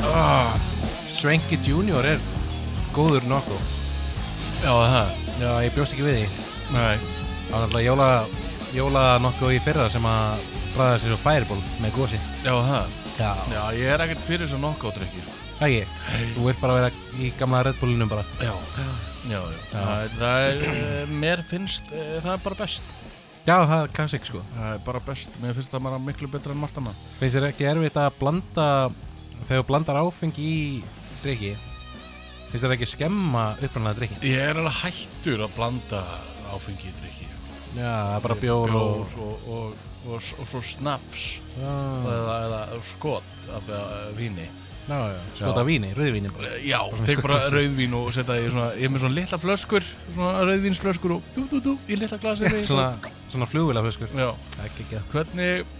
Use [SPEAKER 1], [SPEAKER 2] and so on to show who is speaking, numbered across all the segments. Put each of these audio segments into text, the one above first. [SPEAKER 1] oh, Svenki Junior er góður nokku
[SPEAKER 2] Já, það,
[SPEAKER 1] Já, ég bjóst ekki við því
[SPEAKER 2] nei,
[SPEAKER 1] Það var alltaf jóla, jóla nokku í fyrra sem að bræða sér á Fireball með gósi
[SPEAKER 2] já, það
[SPEAKER 1] Já,
[SPEAKER 2] Já, ég er ekkert fyrir þessu nokkádrykki sko.
[SPEAKER 1] það ekki Þú vilt bara vera í gamla Red Bullinum bara
[SPEAKER 2] Já, já, já, Það, er- það er, eh, mér finnst, eh, það er bara best
[SPEAKER 1] Já, það er klassik sko
[SPEAKER 2] Það er bara best, mér finnst það bara miklu betra en margt annað
[SPEAKER 1] Finnst þér ekki erfitt að blanda þegar þú blandar áfengi í drikki finnst þér ekki skemma upprannaða drikki
[SPEAKER 2] Ég er alveg hættur að blanda áfengi í drykki sko.
[SPEAKER 1] Já, það er bara bjór,
[SPEAKER 2] Bjór og, og, og, og, og svo snaps
[SPEAKER 1] og
[SPEAKER 2] eða, eða skot af eh, víni
[SPEAKER 1] Já, já, skota
[SPEAKER 2] Já.
[SPEAKER 1] víni, rauðvíni bara
[SPEAKER 2] Já, tek bara rauðvín og setja í svona, ég er með svona litla flöskur, svona rauðvínsflöskur og dú, dú, dú, í litla glasi með
[SPEAKER 1] Svona, svona flugvila fiskur
[SPEAKER 2] Já,
[SPEAKER 1] Ekki ekki
[SPEAKER 2] hvernig,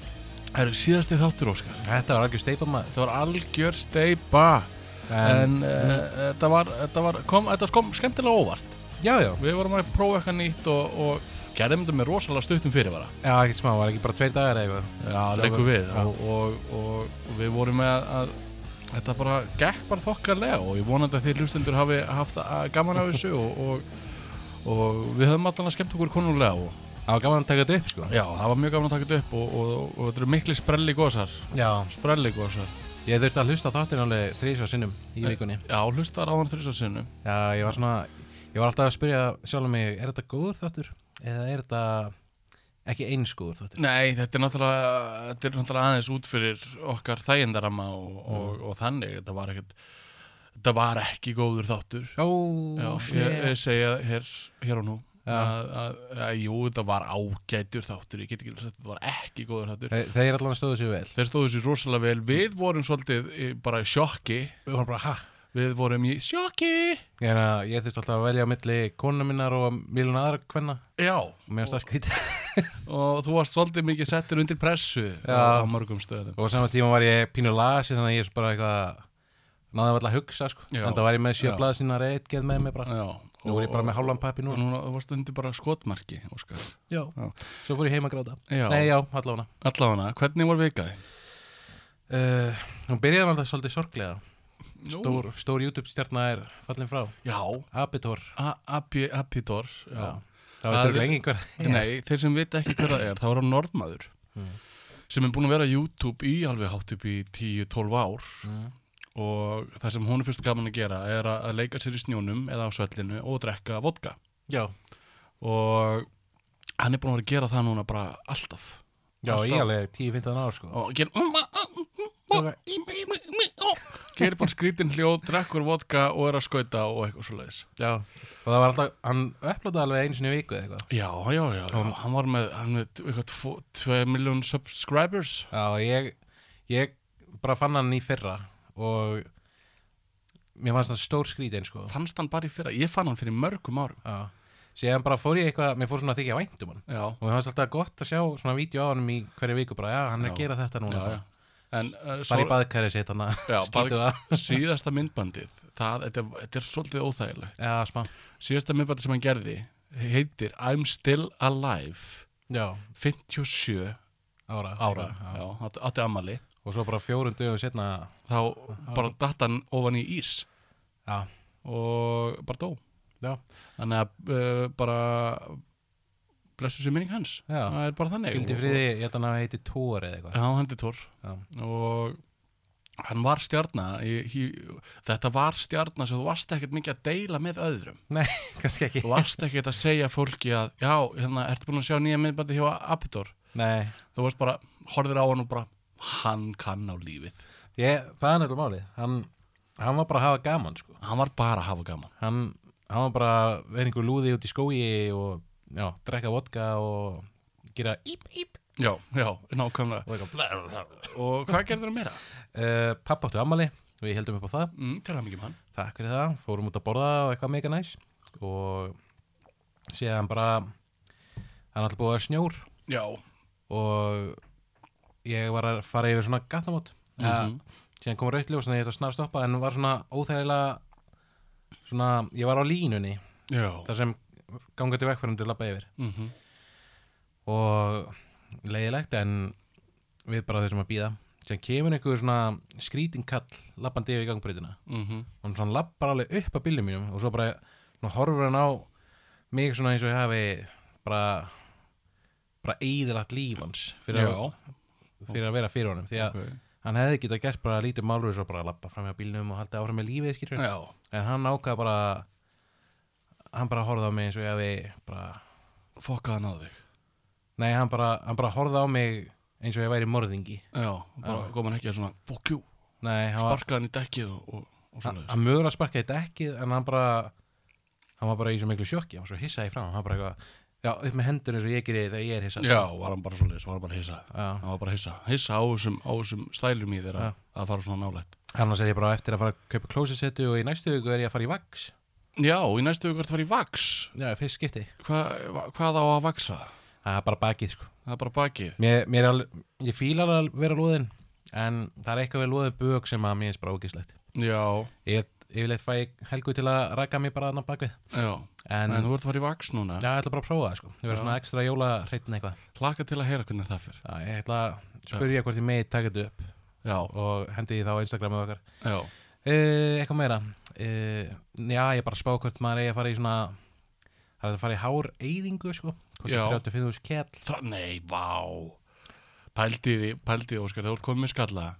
[SPEAKER 2] það eru síðasti þáttur Óskar,
[SPEAKER 1] Þetta var algjör steipa maður
[SPEAKER 2] þetta var algjör steipa, en uh, þetta var, þetta var, kom, þetta kom skemmtilega óvart,
[SPEAKER 1] Já, já,
[SPEAKER 2] við vorum að prófa eitthvað nýtt og, og gerðum þetta með rosalega stuttum fyrirvara
[SPEAKER 1] já, ekki smá, var ekki bara tveir dagar eða eitthvað
[SPEAKER 2] Já,
[SPEAKER 1] Það
[SPEAKER 2] leikur
[SPEAKER 1] var-
[SPEAKER 2] við
[SPEAKER 1] já.
[SPEAKER 2] og, og, og, og við vorum með að, að þetta bara gekk bara þokkarlega og ég vonandi að þið hlustendur hafi haft að, gaman af þessu og, og, og við höfum allan að skemmt okkur konulega og
[SPEAKER 1] Það var gaman að taka þetta upp sko
[SPEAKER 2] já, það var mjög gaman að taka þetta upp og, og, og, og þetta eru mikli sprelli gósar
[SPEAKER 1] Já,
[SPEAKER 2] sprelli gósar
[SPEAKER 1] ég þurfti að hlusta á þáttinn alveg þrísa sinnum í vikunni
[SPEAKER 2] Já, hlustar á hann þrjus að sinnu
[SPEAKER 1] Já, ég var svona, ég var alltaf að spyrja sjálf um mig, er þetta góður þáttur? Eða er þetta ekki eins góður þáttur?
[SPEAKER 2] Nei, þetta er náttúrulega, þetta er náttúrulega aðeins út fyrir okkar þægindarama og,
[SPEAKER 1] Mm.
[SPEAKER 2] og, og þannig, þetta var ekkert þetta var ekki góður þáttur
[SPEAKER 1] Ó,
[SPEAKER 2] Já, ég,
[SPEAKER 1] shit.
[SPEAKER 2] ég segja hér, hér og nú
[SPEAKER 1] Já.
[SPEAKER 2] að, að, að jú, þetta var ágætur þáttur ég get ekki sagt, þetta var ekki góður þáttur
[SPEAKER 1] Þe- Þeir allan stóðu sér vel.
[SPEAKER 2] þeir stóðu sér rosalega vel, við vorum svolítið eh, bara í sjokki,
[SPEAKER 1] Við vorum bara, ha?
[SPEAKER 2] við vorum í sjokki
[SPEAKER 1] Ég, meina, ég þurfti alltaf að velja á milli konu minnar og miljon aðra kvenna.
[SPEAKER 2] já,
[SPEAKER 1] Og mér varst það skrítið.
[SPEAKER 2] og þú varst svolítið mikið settur undir pressu
[SPEAKER 1] Já.
[SPEAKER 2] á mörgum stöðum
[SPEAKER 1] og á sama tíma var ég pínu lasi, þannig að ég er bara eitthvað, náðum alltaf að hugsa, sko.
[SPEAKER 2] Já.
[SPEAKER 1] En það var ég með
[SPEAKER 2] Já.
[SPEAKER 1] sjöblaða sína reitgeð með mig bara.
[SPEAKER 2] já,
[SPEAKER 1] Nú er ég bara með hálfan pappi
[SPEAKER 2] og
[SPEAKER 1] núna.
[SPEAKER 2] núna varst undir bara skotmarki Óskar.
[SPEAKER 1] Já.
[SPEAKER 2] Já.
[SPEAKER 1] Svo fór ég heim að gráta.
[SPEAKER 2] Já.
[SPEAKER 1] Nei, já, allavega.
[SPEAKER 2] allavega, hvernig var vikaði?
[SPEAKER 1] Uh, hún byrjaði alltaf svolítið sorglega.
[SPEAKER 2] Nú.
[SPEAKER 1] stór, stór YouTube stjarnar er fallin frá
[SPEAKER 2] já,
[SPEAKER 1] Abitor
[SPEAKER 2] A- Abi- Abitor já.
[SPEAKER 1] Já. það
[SPEAKER 2] Það
[SPEAKER 1] var
[SPEAKER 2] er-
[SPEAKER 1] lengi einhver
[SPEAKER 2] Nei, þeir sem vita ekki hver það er, það var hann norðmaður
[SPEAKER 1] Mm.
[SPEAKER 2] sem er búin að vera á YouTube í alveg hátt upp í 10-12 ár
[SPEAKER 1] Mm.
[SPEAKER 2] og það sem hún er fyrst gaman að gera er að að leika sér í snjónum eða á svellinu og drekka vodka
[SPEAKER 1] já,
[SPEAKER 2] og hann er búin að vera að gera það núna bara alltaf
[SPEAKER 1] já
[SPEAKER 2] Alltaf.
[SPEAKER 1] í alveg 10-15 ár sko
[SPEAKER 2] og gerir mm, gerir bara skrítin hljóð, drekkur vodka og er að skauta og eitthvað svo leiðis
[SPEAKER 1] já. og það var alltaf, hann upplataði alveg einu sinni í viku eða eitthvað
[SPEAKER 2] Já, já, já, já, hann var með, hann með eitthvað 2 miljón subscribers
[SPEAKER 1] já, og ég, ég bara fann hann í fyrra og mér fannst það stór skrítinn sko
[SPEAKER 2] fannst hann bara í fyrra, ég fann hann fyrir mörgum árum
[SPEAKER 1] já. síðan bara fór ég eitthvað, mér fór svona að þykja vænt um hann
[SPEAKER 2] já,
[SPEAKER 1] og mér fannst alltaf gott að sjá svona vídeo á hann í hverju viku bara, já, hann er
[SPEAKER 2] Já.
[SPEAKER 1] að gera þetta núna
[SPEAKER 2] já, já. en uh,
[SPEAKER 1] bara í
[SPEAKER 2] svo,
[SPEAKER 1] baðkæri sitt hann að
[SPEAKER 2] Já,
[SPEAKER 1] skýtu það
[SPEAKER 2] síðasta myndbandið það, þetta, þetta er svolítið óþægilegt
[SPEAKER 1] já, smá,
[SPEAKER 2] síðasta myndbandið sem hann gerði heitir I'm Still Alive
[SPEAKER 1] já,
[SPEAKER 2] 57
[SPEAKER 1] ára
[SPEAKER 2] ára já, átti- átti ammali
[SPEAKER 1] og svo bara fjórum dögum setna
[SPEAKER 2] þá bara datt hann ofan í ís
[SPEAKER 1] já,
[SPEAKER 2] og bara dó
[SPEAKER 1] já,
[SPEAKER 2] þannig að uh, bara blessu sér minning hans
[SPEAKER 1] Já.
[SPEAKER 2] það er bara þannig
[SPEAKER 1] Gildi friði, ég held að hann heiti Tóri eða eitthvað
[SPEAKER 2] Já, hann er Thor
[SPEAKER 1] Já.
[SPEAKER 2] og hann var stjarna í, í, þetta var stjarna sem þú varst ekkert mikið að deila með öðrum
[SPEAKER 1] Nei, kannski ekki
[SPEAKER 2] þú varst ekkert að segja fólki að já, hérna, ertu búin að sjá nýja myndbandi hjá Abitur
[SPEAKER 1] Nei,
[SPEAKER 2] þú varst bara, horfir á hann og bara hann kann á lífið
[SPEAKER 1] ég, það er nefnilega málið hann, hann var bara að hafa gaman sko
[SPEAKER 2] hann var bara að hafa gaman
[SPEAKER 1] hann, hann var bara að vera einhver lúði út í skói og já, drekka vodka og gera íp, íp
[SPEAKER 2] já, já, nákvæmlega
[SPEAKER 1] og eitthvað blæ, blæ,
[SPEAKER 2] og hvað gerður það meira?
[SPEAKER 1] blæ. Uh, Pappa áttu ammali og ég heldum upp á það
[SPEAKER 2] Mm, til hann ekki um hann
[SPEAKER 1] Takk fyrir það, fórum út að borða og eitthvað mega næs og síðan bara hann alltaf búið að vera snjór
[SPEAKER 2] já,
[SPEAKER 1] og ég var að fara yfir svona gattamót mm
[SPEAKER 2] Mhm.
[SPEAKER 1] síðan kom rautljós þannig að ég ætla að snar stoppa en var svona óþægilega svona, ég var á línunni
[SPEAKER 2] já
[SPEAKER 1] þar sem gangandi vegfærandur labba yfir
[SPEAKER 2] mm
[SPEAKER 1] og leiðilegt en við bara þurfum að býða sem kemur einhver svona skrítin kall lappandi yfir gangbreytina
[SPEAKER 2] mm -hmm.
[SPEAKER 1] og hann svona lappar alveg upp að bílum mínum og svo bara svona, horfur hann á mig svona eins og ég hafi bara bara eðilagt líf hans fyrir, að, fyrir að vera fyrir honum því að hann hefði getað gert bara lítið málur og bara lappa fram hjá bílnum og haldið áfram með lífið skilur
[SPEAKER 2] já,
[SPEAKER 1] en hann ákvað bara hann bara horfði á mig eins og ég hafi bara
[SPEAKER 2] fokkaði hann að þig
[SPEAKER 1] Nei, hann bara, hann bara horfði á mig eins og ég væri morðingi
[SPEAKER 2] já, bara kom hann ekki að svona fuck you,
[SPEAKER 1] Nei, hann, var,
[SPEAKER 2] sparkaði hann í dekkið og, og, og
[SPEAKER 1] hann,
[SPEAKER 2] svona
[SPEAKER 1] hann mögulega sparkaði þetta ekki en hann bara hann var bara í svo miklu sjokki, hann var svo hissaði fram hann bara eitthvað, já, upp með hendur eins og ég gerir þegar ég er hissað
[SPEAKER 2] já, var hann bara svona var hann bara hissa
[SPEAKER 1] já.
[SPEAKER 2] hann var bara hissa, hissa á þessum, á þessum stælum í þeirra
[SPEAKER 1] Já.
[SPEAKER 2] að fara svona nálægt
[SPEAKER 1] Annars er ég bara á eftir að fara að kaupa klósisettu og í næstu viku er ég að fara í vax
[SPEAKER 2] já, í næstu ykkur það var í vaks
[SPEAKER 1] Já, fyrst skipti
[SPEAKER 2] Hva, va- hvað á að vaksa?
[SPEAKER 1] Það er bara bakið, sko
[SPEAKER 2] það er bara bakið
[SPEAKER 1] Mér, mér er alveg, ég fíla alveg að vera loðin en það er eitthvað við loðin bök sem að mér er bara ógislegt
[SPEAKER 2] já,
[SPEAKER 1] Ég yfirleitt fæ ég helgu til að raka mér bara annar bakvið
[SPEAKER 2] já,
[SPEAKER 1] en,
[SPEAKER 2] en, þú ert að fara í vaks núna
[SPEAKER 1] Já, ég ætla bara að prófa það sko Ég verður
[SPEAKER 2] Já.
[SPEAKER 1] svona ekstra jólareitin eitthvað
[SPEAKER 2] hlaka til að heyra hvernig það fyrir
[SPEAKER 1] já, Ég ætla að spyrja hvort ég megi taka þetta upp
[SPEAKER 2] já,
[SPEAKER 1] og hendi því þá á Instagramið okkar
[SPEAKER 2] já,
[SPEAKER 1] uh, Eitthvað meira uh, Já, ég bara spá hvort maður eigi að fara í svona Það er hægt að fara í hár eyðingu sko
[SPEAKER 2] Já.
[SPEAKER 1] Kostar 35.000 kell
[SPEAKER 2] það, nei, vá pældi því, pældi því, Óskar, þegar þú ert komið með skalla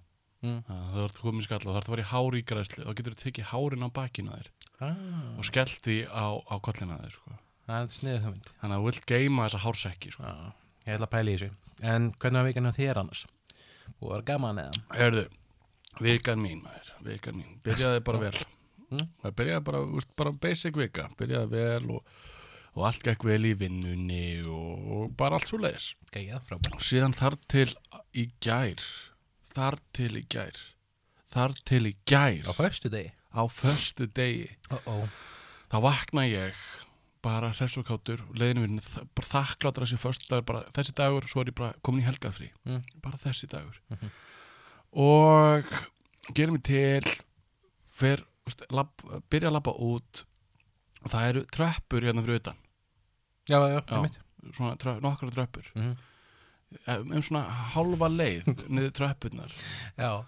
[SPEAKER 1] Mm.
[SPEAKER 2] Já, þegar þú ert komið með skalla, þú ert að fara í hár í græslu þá getur þú tekið hárin á bakina þér
[SPEAKER 1] ah.
[SPEAKER 2] og skellt því á, á kollina þér sko.
[SPEAKER 1] Það er sniðið það mynd
[SPEAKER 2] þannig að þú vilt geima þessa hársekki sko.
[SPEAKER 1] Ég ætla að pæla í þessu En hvernig var vikan hjá þér annars? Búið að vera gaman eða?
[SPEAKER 2] Herðu, vikan mín, maður, vikan mín, byrjaði bara vel.
[SPEAKER 1] Mm.
[SPEAKER 2] Það byrjaði bara, úst, bara basic vika, byrjaði vel og, og allt gekk vel í vinnunni og, og bara allt svo leiðis.
[SPEAKER 1] Gæja, frábær
[SPEAKER 2] Og síðan þar til í gær, þar til í gær, þar til í gær,
[SPEAKER 1] Á föstu degi
[SPEAKER 2] á föstu degi,
[SPEAKER 1] uh -oh.
[SPEAKER 2] þá vakna ég bara hress og kátur, leiðinu vinnu, bara þakkláttur þessi föstu dagur, bara þessi dagur, svo er ég bara komin í helgafrí
[SPEAKER 1] mm.
[SPEAKER 2] bara þessi dagur og gerum við til fer, úst, lab, byrja að labba út og það eru tröppur hérna fyrir utan
[SPEAKER 1] Já, já, já,
[SPEAKER 2] Já.
[SPEAKER 1] einmitt
[SPEAKER 2] svona trö, nokkra tröppur
[SPEAKER 1] Mhm.
[SPEAKER 2] um um svona hálfa leið niður tröppurnar
[SPEAKER 1] Já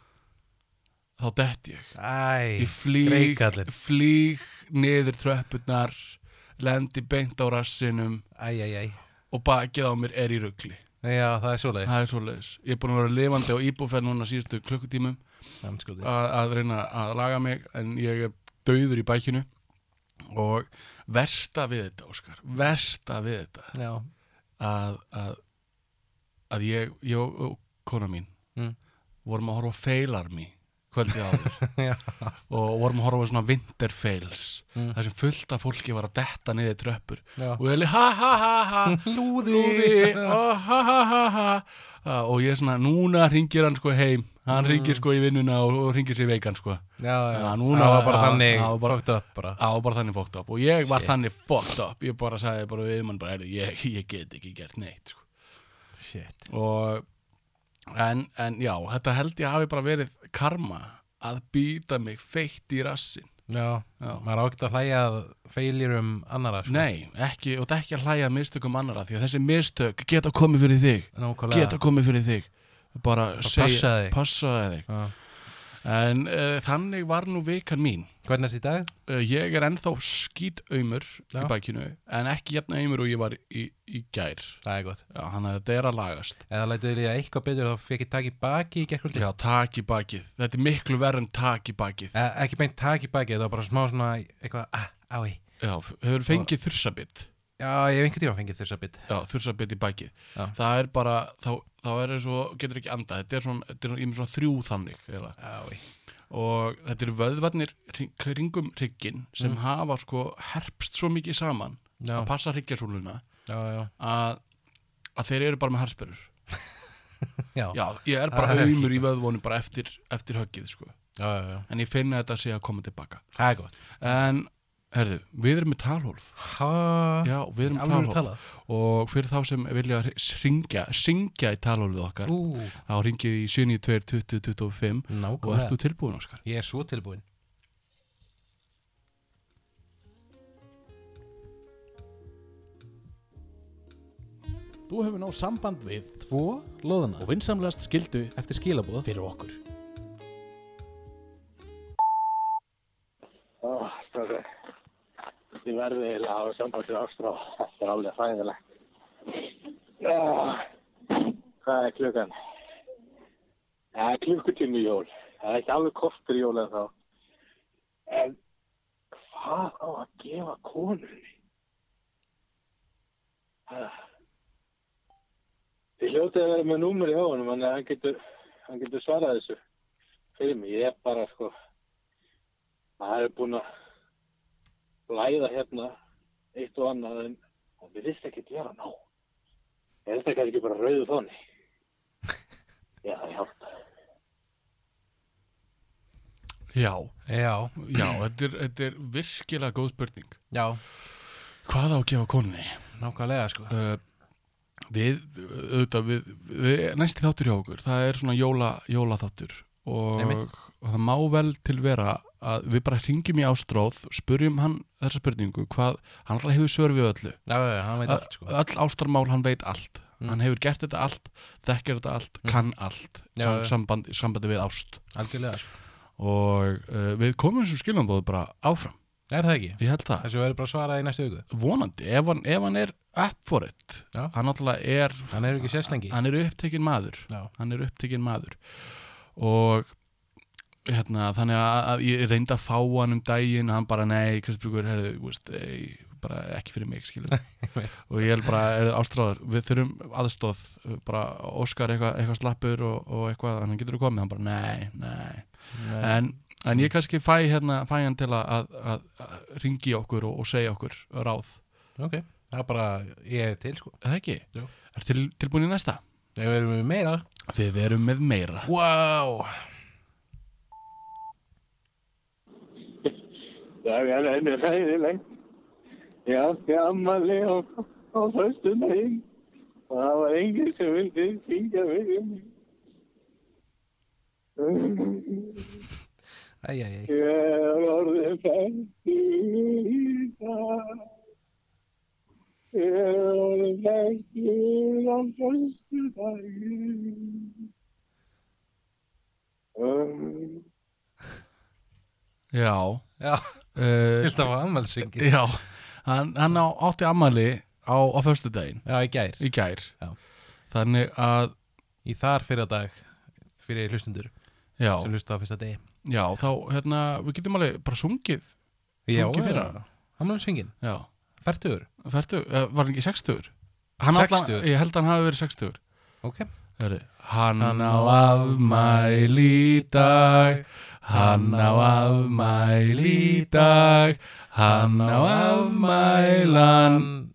[SPEAKER 2] þá dett ég
[SPEAKER 1] Æ,
[SPEAKER 2] ég flýg,
[SPEAKER 1] greikallinn.
[SPEAKER 2] flýg niður tröppurnar lendi beint á rassinum
[SPEAKER 1] æ, æ, æ
[SPEAKER 2] og bakið á mér er í rugli
[SPEAKER 1] Já, það er svoleiðis
[SPEAKER 2] það er svoleiðis, ég er búin að vera lifandi á íbúferð núna síðustu klukkutímum
[SPEAKER 1] Það er skrítið.
[SPEAKER 2] að, að reyna að laga mig en ég er dauður í bækinu og versta við þetta Óskar, versta við þetta
[SPEAKER 1] Já,
[SPEAKER 2] að, að, að ég, ég og, og kona mín
[SPEAKER 1] Mm.
[SPEAKER 2] vorum að horfa á feilar mig kvöldi áður
[SPEAKER 1] Já.
[SPEAKER 2] og vorum að horfa á svona winterfails
[SPEAKER 1] Mm. Ah.
[SPEAKER 2] þar sem fullt af fólki var að detta niður tröppur
[SPEAKER 1] já.
[SPEAKER 2] og ég er ha ha ha ha Lúði, oh, ha ha ha ha Ah, og ég er svona, núna ringir hann sko heim hann
[SPEAKER 1] Mm.
[SPEAKER 2] ringir sko í vinnuna og, og ringir sér veikan sko
[SPEAKER 1] Já, já,
[SPEAKER 2] Já,
[SPEAKER 1] já,
[SPEAKER 2] núna-
[SPEAKER 1] það var bara
[SPEAKER 2] já,
[SPEAKER 1] þannig
[SPEAKER 2] já, bara-
[SPEAKER 1] fucked up bara
[SPEAKER 2] Já, bara þannig fucked up og ég var
[SPEAKER 1] Shit.
[SPEAKER 2] þannig fucked up ég bara sagði bara við mann bara, heyrðu, ég, ég get ekki gert neitt sko.
[SPEAKER 1] Shit
[SPEAKER 2] og en, en já, þetta held ég hafi bara verið karma að býta mig feitt í rassin
[SPEAKER 1] Já,
[SPEAKER 2] Já.
[SPEAKER 1] maður á ekkert að hlæja að feilir um annara sko.
[SPEAKER 2] Nei, ekki, og þetta ekki að hlæja að mistökum annara því að þessi mistök geta komið fyrir þig
[SPEAKER 1] Nákvæmlega
[SPEAKER 2] geta komið fyrir þig bara segja,
[SPEAKER 1] passaðu þig.
[SPEAKER 2] passaðu þig.
[SPEAKER 1] Já.
[SPEAKER 2] en uh, þannig var nú vikan mín
[SPEAKER 1] Hvernig er þetta í dag?
[SPEAKER 2] uh, ég er ennþá skítaumur í
[SPEAKER 1] Já.
[SPEAKER 2] bækinu en ekki jafn aumur og ég var í, í gær
[SPEAKER 1] Það er gott
[SPEAKER 2] Já, hann að þetta er að lagast.
[SPEAKER 1] Eða lætur því að eitthvað betur þá fekk ég tak í baki í gerkvöldi
[SPEAKER 2] Já, tak í bakið. Þetta er miklu verð en tak í bakið.
[SPEAKER 1] e Ekki beint tak í baki, þetta var bara smá svona eitthvað ah, ái
[SPEAKER 2] Já, hefur fengið þursabitt.
[SPEAKER 1] Já, ég hef einhvern tíma fengið þursa bit
[SPEAKER 2] Já, þursabitt í bakið.
[SPEAKER 1] Já.
[SPEAKER 2] Það er bara, þá, þá er eins og getur ekki andað. Þetta er svona, þetta er svona, ég er með svona þrjú þannig. eiginlega.
[SPEAKER 1] Ái
[SPEAKER 2] Og þetta eru vöðvarnir hring- kringum hrygginn sem hafa sko herpst svo mikið saman
[SPEAKER 1] Mm. Já,
[SPEAKER 2] að passa hryggjarsúluna
[SPEAKER 1] já, já
[SPEAKER 2] að, að þeir eru bara með harspyrur.
[SPEAKER 1] Já, já,
[SPEAKER 2] Já, ég er
[SPEAKER 1] Það
[SPEAKER 2] bara
[SPEAKER 1] er ekki.
[SPEAKER 2] auðmur í vöðvónum bara eftir, eftir höggið sko.
[SPEAKER 1] já, já
[SPEAKER 2] En ég finna þetta sé að koma tilbaka.
[SPEAKER 1] Það er gott
[SPEAKER 2] En, herðu, við erum með talhólf
[SPEAKER 1] Ha,
[SPEAKER 2] Já, við erum með
[SPEAKER 1] alveg
[SPEAKER 2] talhólf
[SPEAKER 1] talað
[SPEAKER 2] Og fyrir þá sem vilja syngja, syngja í talhólfið okkar
[SPEAKER 1] Ú,
[SPEAKER 2] Þá ringið í 72 20 25 Og
[SPEAKER 1] nákvæmlega
[SPEAKER 2] ert þú tilbúin, Óskar?
[SPEAKER 1] Ég er svo tilbúin
[SPEAKER 2] Bú,
[SPEAKER 3] Þú hefur náð samband við
[SPEAKER 1] Tvo loðuna
[SPEAKER 3] og vinsamlegast skildu
[SPEAKER 1] eftir skilabóð
[SPEAKER 3] fyrir okkur.
[SPEAKER 4] Ó, strákur. Ég verði eiginlega að hafa samband við Ástrá. Þetta er alveg hræðilegt. Ó, Hvað er klukkan? Það er klukkutími í jól. Það er ekki alveg kostur í jól en þá. En hvað á að gefa konunni? Ah. Þið hljótið að vera með númer í honum, en hann getur, hann getur svarað þessu fyrir mig. Ég er bara sko... Það er búin að læða hérna eitt og annað en og við vist ekki að gera ná. Er þetta kannski bara rauðu fóni? Já, það hjálpa.
[SPEAKER 2] Já,
[SPEAKER 1] Já,
[SPEAKER 2] já, þetta er, þetta er virkilega góð spurning.
[SPEAKER 1] já,
[SPEAKER 2] Hvað á að gefa konunni?
[SPEAKER 1] nákvæmlega sko
[SPEAKER 2] Uh, við, auðvitað, við, við, næsti þáttur hjá okkur, það er svona jóla, jólaþáttur og,
[SPEAKER 1] Einmitt.
[SPEAKER 2] og það má vel til vera að við bara hringjum í ástráð, spurjum hann þessa spurningu, hvað, hann alltaf hefur sörfið öllu.
[SPEAKER 1] Já, já, já, hann veit allt sko
[SPEAKER 2] Ö- öll ástarmál, hann veit allt
[SPEAKER 1] Mm.
[SPEAKER 2] hann hefur gert þetta allt, þekkir þetta allt kann allt,
[SPEAKER 1] Já,
[SPEAKER 2] sam
[SPEAKER 1] já.
[SPEAKER 2] sambandi, sambandi við ást
[SPEAKER 1] Algjörlega sko
[SPEAKER 2] og uh, við komum þessum skilumbóðu bara áfram,
[SPEAKER 1] Er það ekki?
[SPEAKER 2] ég held það
[SPEAKER 1] Þessu verður bara svarað í næstu viku
[SPEAKER 2] vonandi, ef hann, ef hann er up for it
[SPEAKER 1] Já.
[SPEAKER 2] hann náttúrulega er
[SPEAKER 1] Hann er ekki sést lengi
[SPEAKER 2] hann er upptekinn maður
[SPEAKER 1] Já.
[SPEAKER 2] hann er upptekinn maður og hérna, þannig að, að ég reyndi að fá hann um daginn hann bara nei, Kristbjörgur herðu, þú veist, ei, bara ekki fyrir mig skilur og ég held bara, er ástráður við þurfum aðstóð bara Óskar eitthvað eitthva slappur og, og eitthvað hann getur komið, hann bara nei, nei. En, en ég kannski fæ, hérna, fæ hann til að, að, að ringi okkur og, og segja okkur ráð,
[SPEAKER 1] Ok, það er bara, ég er til sko
[SPEAKER 2] er það ekki?
[SPEAKER 1] Jú.
[SPEAKER 2] Er til, tilbúin í næsta?
[SPEAKER 1] Ef við erum með meira
[SPEAKER 2] Við erum með meira
[SPEAKER 1] Wow
[SPEAKER 4] Það er henni hræðilegt. Ég átti ammali á, á föstu daginn og það var enginn sem vildi syngja við um mig.
[SPEAKER 1] Æ, æ, æ
[SPEAKER 4] Ég er orðið fættu í dag. Ég er orðið fættu á föstu daginn. Um.
[SPEAKER 2] Já
[SPEAKER 1] Já,
[SPEAKER 2] uh,
[SPEAKER 1] vilt að var ammælsingi
[SPEAKER 2] Já, hann, hann á, átti ammali á, á föstudaginn
[SPEAKER 1] Já, í gær
[SPEAKER 2] í gær
[SPEAKER 1] Já.
[SPEAKER 2] Þannig að,
[SPEAKER 1] Í þar fyrir dag Fyrir hlustundur
[SPEAKER 2] já,
[SPEAKER 1] Sem hlusta á fyrsta degi
[SPEAKER 2] já, þá hérna, við getum alveg bara sungið, sungið fyrir hana
[SPEAKER 1] Ammælsingin
[SPEAKER 2] Já,
[SPEAKER 1] Fertugur
[SPEAKER 2] færtu, uh, var hann ekki 60? Hann allan-
[SPEAKER 1] 60?
[SPEAKER 2] Ég held að hann hafi verið 60
[SPEAKER 1] Ok
[SPEAKER 2] Hörðu, hann
[SPEAKER 1] Hann
[SPEAKER 2] á
[SPEAKER 1] á
[SPEAKER 2] afmæli í dag, hann á afmæli í dag, hann á afmælan,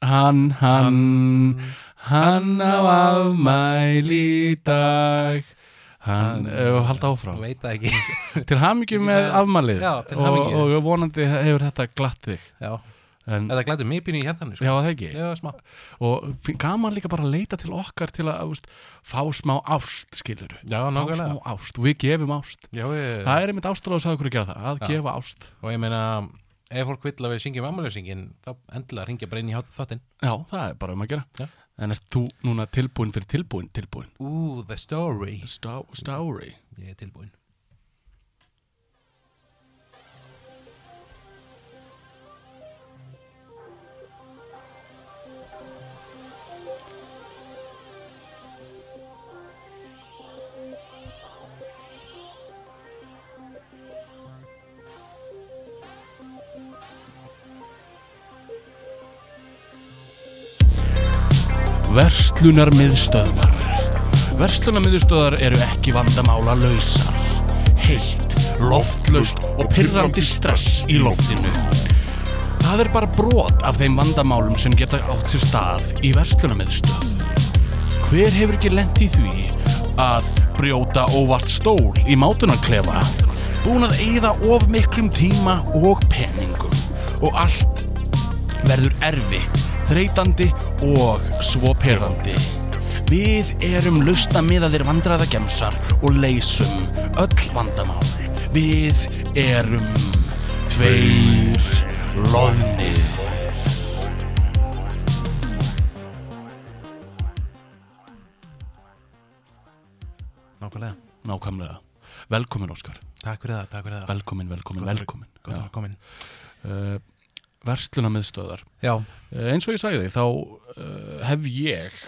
[SPEAKER 2] hann, hann, hann á afmæli í dag, hann, uh, halda áfram.
[SPEAKER 1] Veit það ekki
[SPEAKER 2] Til hamingju með afmælið
[SPEAKER 1] Já, til
[SPEAKER 2] og,
[SPEAKER 1] hamingju.
[SPEAKER 2] og vonandi hefur þetta glatt þig.
[SPEAKER 1] Já
[SPEAKER 2] En,
[SPEAKER 1] Þetta glæður mig pínu í sko. hérðanir
[SPEAKER 2] já, það ekki.
[SPEAKER 1] Já, smá
[SPEAKER 2] Og fí- gaman líka bara að leita til okkar til að, þú veist, fá smá ást, skiluru.
[SPEAKER 1] Já,
[SPEAKER 2] fá smá
[SPEAKER 1] nákvæmlega
[SPEAKER 2] ást, við gefum ást
[SPEAKER 1] Já, við
[SPEAKER 2] það er einmitt ástráð að sagði okkur að gera það að
[SPEAKER 1] Já.
[SPEAKER 2] gefa ást,
[SPEAKER 1] Og ég meina Ef fólk vill að við syngjum ammælsingin Þá endilega ringja bara inn í hát- þáttinn
[SPEAKER 2] já það er bara um að gera
[SPEAKER 1] Já.
[SPEAKER 2] en ert þú núna tilbúin fyrir tilbúin tilbúin,
[SPEAKER 1] Ooh, the story
[SPEAKER 2] Stá, stári
[SPEAKER 1] Ég er tilbúin
[SPEAKER 2] Verslunar miðstöðvar Verslunar miðstöðvar eru ekki vandamála lausar Heitt, loftlaust og pirrandi stress í loftinu Það er bara brot af þeim vandamálum sem geta átt sér stað í verslunar miðstöð Hver hefur ekki lent í því að brjóta óvart stól í mátunarklefa Búin að eyða of miklum tíma og peningum og allt verður erfitt, þreytandi og svo perrandi. Við erum lustamiðaðir vandræðagemsar og leysum öll vandamál. Við erum tveir loðnir.
[SPEAKER 1] nákvæmlega
[SPEAKER 2] nákvæmlega Velkomin Óskar,
[SPEAKER 1] Takk fyrir það, takk fyrir það
[SPEAKER 2] velkomin, velkomin,
[SPEAKER 1] Gott að-
[SPEAKER 2] velkomin
[SPEAKER 1] Góð að komin
[SPEAKER 2] uh, Versluna miðstöðar
[SPEAKER 1] Já,
[SPEAKER 2] Eh, Eins og ég sagði þá uh, hef ég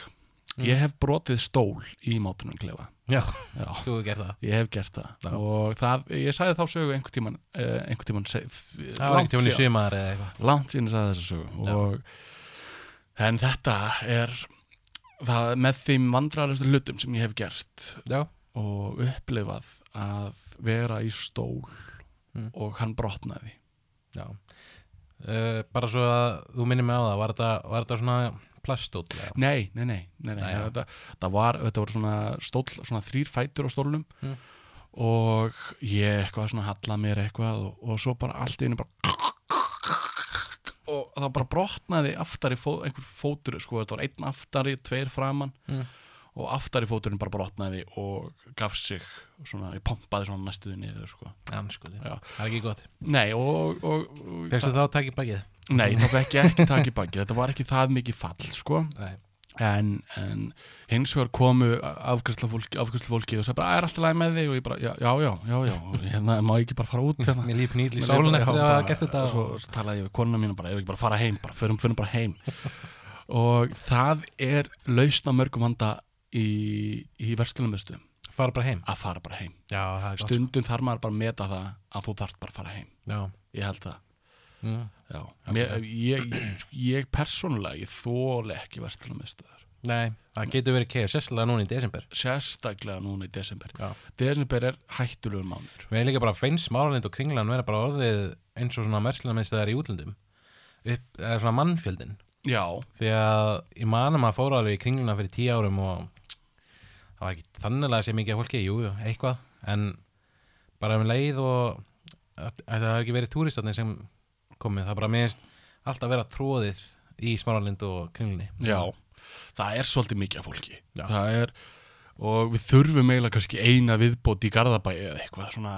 [SPEAKER 1] Mm.
[SPEAKER 2] Ég hef brotið stól í mátunum klefa
[SPEAKER 1] já,
[SPEAKER 2] Já,
[SPEAKER 1] þú hefur gert það
[SPEAKER 2] ég hef gert það
[SPEAKER 1] Já.
[SPEAKER 2] og það, ég sagði þá sögu einhvern tíman uh, einhvern tíman se, f-
[SPEAKER 1] Það var
[SPEAKER 2] langt
[SPEAKER 1] ekkert hún í
[SPEAKER 2] síðan-
[SPEAKER 1] sumar eða eitthvað
[SPEAKER 2] langt síðan ég sagði þessa sögu
[SPEAKER 1] Já.
[SPEAKER 2] og, en þetta er það, með þeim vandrarlegustu hlutum sem ég hef gert
[SPEAKER 1] Já,
[SPEAKER 2] og upplifað að vera í stól
[SPEAKER 1] Mm.
[SPEAKER 2] og hann brotnaði
[SPEAKER 1] já uh, Bara svo að þú minnir mig á það Var þetta, var þetta svona plastótt Já,
[SPEAKER 2] nei, nei, nei, nei, nei,
[SPEAKER 1] sko. Nei, já.
[SPEAKER 2] þetta, þetta var þetta var svona stól, svona þrýr fætur á stólnum
[SPEAKER 1] Mm.
[SPEAKER 2] og ég eitthvað svona halla mér eitthvað og, og svo bara allt í einu bara og það bara brotnaði aftari fó, einhver fótur, sko, þetta var einn aftari tveir framan
[SPEAKER 1] Mm.
[SPEAKER 2] og aftari fóturinn bara brotnaði og gaf sig svona, ég pompaði svona næstuði niður, sko
[SPEAKER 1] anskoði
[SPEAKER 2] Já.
[SPEAKER 1] Það er ekki gott
[SPEAKER 2] nei, og, og, og
[SPEAKER 1] Fegstu þá að taka í bakið?
[SPEAKER 2] nei, það var ekki, ekki takk í baki þetta var ekki það mikið fall, sko
[SPEAKER 1] Nei,
[SPEAKER 2] en, en hins vegar komu afgræslufólki, afgræslufólki og sagði bara, "Æ, er alltaf læg með þig og ég bara, já, já, já, já, já. og hérna má ég ekki bara fara út hérna
[SPEAKER 1] mér líf nýll í
[SPEAKER 2] Mér
[SPEAKER 1] sálun
[SPEAKER 2] bara-
[SPEAKER 1] eftir að
[SPEAKER 2] já,
[SPEAKER 1] hafa
[SPEAKER 2] bara-
[SPEAKER 1] gert þetta
[SPEAKER 2] og svo, svo talaði ég við konuna mína bara, ef ekki bara fara heim, bara förum, förum bara heim og það er lausna mörgum handa í, í verslunumöðstöðum
[SPEAKER 1] Fara bara heim
[SPEAKER 2] að fara bara heim
[SPEAKER 1] Já, það er gott sko.
[SPEAKER 2] stundum þarf maður bara að meta það að þú þarft bara að fara heim
[SPEAKER 1] Já,
[SPEAKER 2] ég held það
[SPEAKER 1] mm.
[SPEAKER 2] Já, mér, ég, ég, sko, ég persónulega, ég þóli ekki verslunumöðstöðar
[SPEAKER 1] nei, það getur verið keið Sérslega núna í desember
[SPEAKER 2] sérstaklega núna í desember
[SPEAKER 1] Já.
[SPEAKER 2] desember er hættulegur mánuður
[SPEAKER 1] Við erum líka bara feins málanend og kringlan vera bara orðið eins og svona verslunarmiðstæðar í útlöndum upp, eða svona mannfjöldin
[SPEAKER 2] já,
[SPEAKER 1] því að ég manum að fóra alveg í kringluna fyrir tíu árum og það var ekki þannilega sem mikið af fólki, jú, jú, eitthvað en bara um leið og að, að það hafi ekki verið túristarnir sem komið, það bara minnst alltaf vera tróðið í Smáralind og kringlunni
[SPEAKER 2] já það er svolítið mikið af fólki
[SPEAKER 1] Já.
[SPEAKER 2] það er, og við þurfum eiginlega kannski eina viðbót í Garðabæi eða eitthvað svona